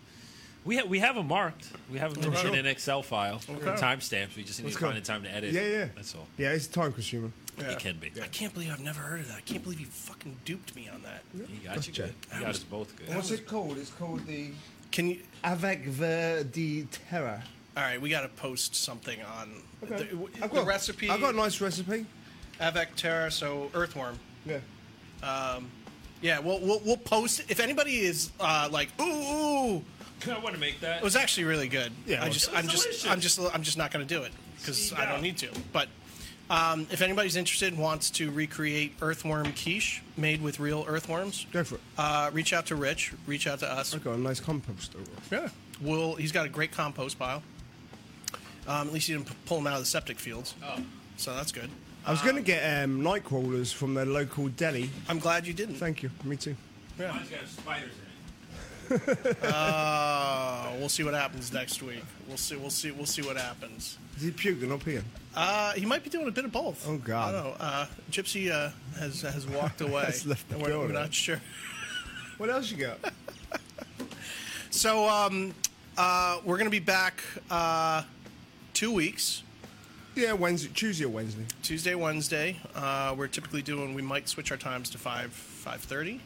Speaker 3: we ha- we have them marked. We have them
Speaker 2: Okay.
Speaker 3: in an Excel file,
Speaker 1: Oh, Okay.
Speaker 3: timestamps. We just need
Speaker 2: Let's
Speaker 3: to
Speaker 2: go.
Speaker 3: find the time to edit.
Speaker 2: Yeah, yeah.
Speaker 3: That's all.
Speaker 2: Yeah, it's time consuming.
Speaker 1: Yeah.
Speaker 3: It can be.
Speaker 1: I can't believe I've never heard of that. I can't believe you fucking duped me on that.
Speaker 3: He got you good. He got us both good.
Speaker 2: What's it called? It's called the
Speaker 1: Can you?
Speaker 2: Avec Verde Terra.
Speaker 1: All right, we got to post something on the, w-
Speaker 2: I've
Speaker 1: the
Speaker 2: got,
Speaker 1: recipe.
Speaker 2: I've got a nice recipe.
Speaker 1: Avec Terra, so earthworm.
Speaker 2: Yeah.
Speaker 1: Yeah, we'll we'll, we'll post it. if anybody is uh, like, ooh, ooh,
Speaker 3: I want to make that.
Speaker 1: it was actually really good.
Speaker 2: Yeah,
Speaker 1: I
Speaker 2: well,
Speaker 1: just
Speaker 3: it was
Speaker 1: I'm just
Speaker 3: delicious.
Speaker 1: I'm just I'm just not going to do it because
Speaker 3: Steve
Speaker 1: I don't
Speaker 3: out.
Speaker 1: need to. But um, if anybody's interested and wants to recreate earthworm quiche made with real earthworms,
Speaker 2: Go for it.
Speaker 1: uh, reach out to Rich. Reach out to us.
Speaker 2: I've got a nice compost over.
Speaker 1: Yeah, we'll. He's got a great compost pile. Um, at least he didn't p- pull them out of the septic fields. Oh, so that's good.
Speaker 2: I was going to get um, night crawlers from the local deli.
Speaker 1: I'm glad you didn't.
Speaker 2: Thank you. Me too.
Speaker 1: Yeah.
Speaker 3: Mine's got spiders in
Speaker 1: Uh, we'll see what happens next week. We'll see. We'll see. We'll see what happens.
Speaker 2: Is he puking up here?
Speaker 1: Uh, he might be doing a bit of both.
Speaker 2: Oh, God.
Speaker 1: I don't know. Uh, Gypsy uh, has has walked away.
Speaker 2: Has left the
Speaker 1: we're, we're
Speaker 2: building.
Speaker 1: not sure.
Speaker 2: What else you got?
Speaker 1: So um, uh, we're gonna be back uh, two weeks.
Speaker 2: yeah, Wednesday, Tuesday or Wednesday.
Speaker 1: Tuesday, Wednesday. Uh, we're typically doing. We might switch our times to five five thirty.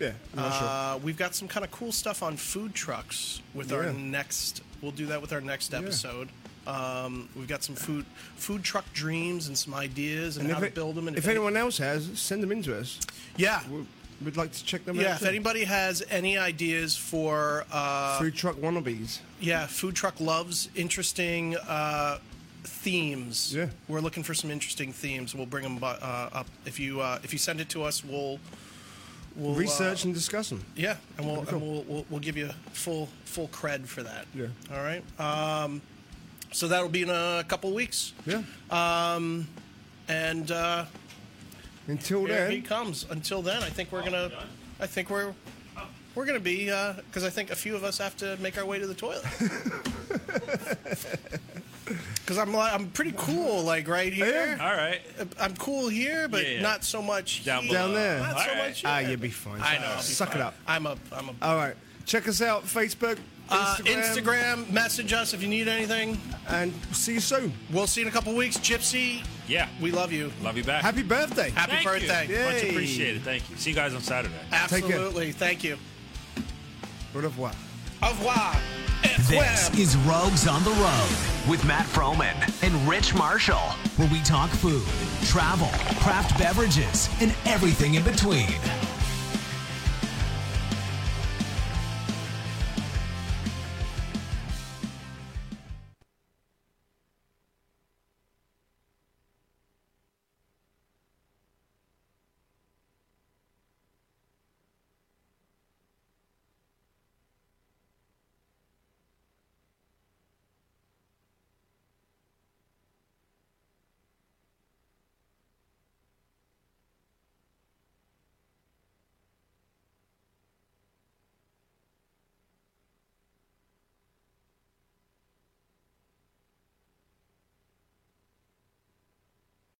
Speaker 2: Yeah, I'm not sure.
Speaker 1: Uh, we've got some kind of cool stuff on food trucks with our
Speaker 2: Yeah.
Speaker 1: next. We'll do that with our next episode. Um, we've got some food food truck dreams and some ideas and,
Speaker 2: And
Speaker 1: how
Speaker 2: if,
Speaker 1: to
Speaker 2: it-
Speaker 1: build them. And
Speaker 2: if
Speaker 1: any-
Speaker 2: anyone else has, send them in to us.
Speaker 1: yeah,
Speaker 2: We- We'd like to check them out.
Speaker 1: yeah. If
Speaker 2: too.
Speaker 1: anybody has any ideas for uh,
Speaker 2: food truck wannabes.
Speaker 1: yeah, food truck loves interesting uh, themes.
Speaker 2: Yeah.
Speaker 1: we're looking for some interesting themes. We'll bring them uh, up if you uh, if you send it to us. We'll we'll uh,
Speaker 2: Research and discuss them.
Speaker 1: Yeah, and we'll,
Speaker 2: Cool.
Speaker 1: and we'll, we'll we'll give you full full cred for that.
Speaker 2: Yeah.
Speaker 1: All right. Um, so that'll be in a couple weeks,
Speaker 2: Yeah.
Speaker 1: Uh, and uh,
Speaker 2: Until
Speaker 1: here he
Speaker 2: then,
Speaker 1: comes. Until then, I think we're gonna, I think we're. We're gonna be because I think a few of us have to make our way to the toilet. Because I'm li- I'm pretty cool, like
Speaker 2: Oh,
Speaker 1: right
Speaker 3: it.
Speaker 1: here.
Speaker 3: All right.
Speaker 1: I'm cool here, but
Speaker 3: Yeah, yeah.
Speaker 1: not so much
Speaker 3: Down
Speaker 1: here.
Speaker 3: below.
Speaker 2: down there.
Speaker 1: Not so
Speaker 3: All right.
Speaker 1: much.
Speaker 2: ah,
Speaker 1: here.
Speaker 2: you'll be fine.
Speaker 1: I know. I'll be
Speaker 2: Suck
Speaker 1: fine.
Speaker 2: it up.
Speaker 1: I'm a I'm a
Speaker 2: All right. Check us out Facebook,
Speaker 1: Uh,
Speaker 2: Instagram,
Speaker 1: Instagram, message us if you need anything.
Speaker 2: and see you soon.
Speaker 1: We'll see you in a couple weeks. Gypsy,
Speaker 3: Yeah.
Speaker 1: we love you.
Speaker 3: Love you back.
Speaker 2: Happy birthday.
Speaker 1: Happy
Speaker 3: Thank you.
Speaker 1: birthday.
Speaker 2: Yeah.
Speaker 3: Much
Speaker 2: Yay.
Speaker 3: appreciated. Thank you. See you guys on Saturday.
Speaker 2: Take care.
Speaker 1: Absolutely. Thank you.
Speaker 2: Au revoir.
Speaker 1: Au revoir.
Speaker 4: This is Rogues on the Road with Matt Froman and Rich Marshall, where we talk food, travel, craft beverages, and everything in between.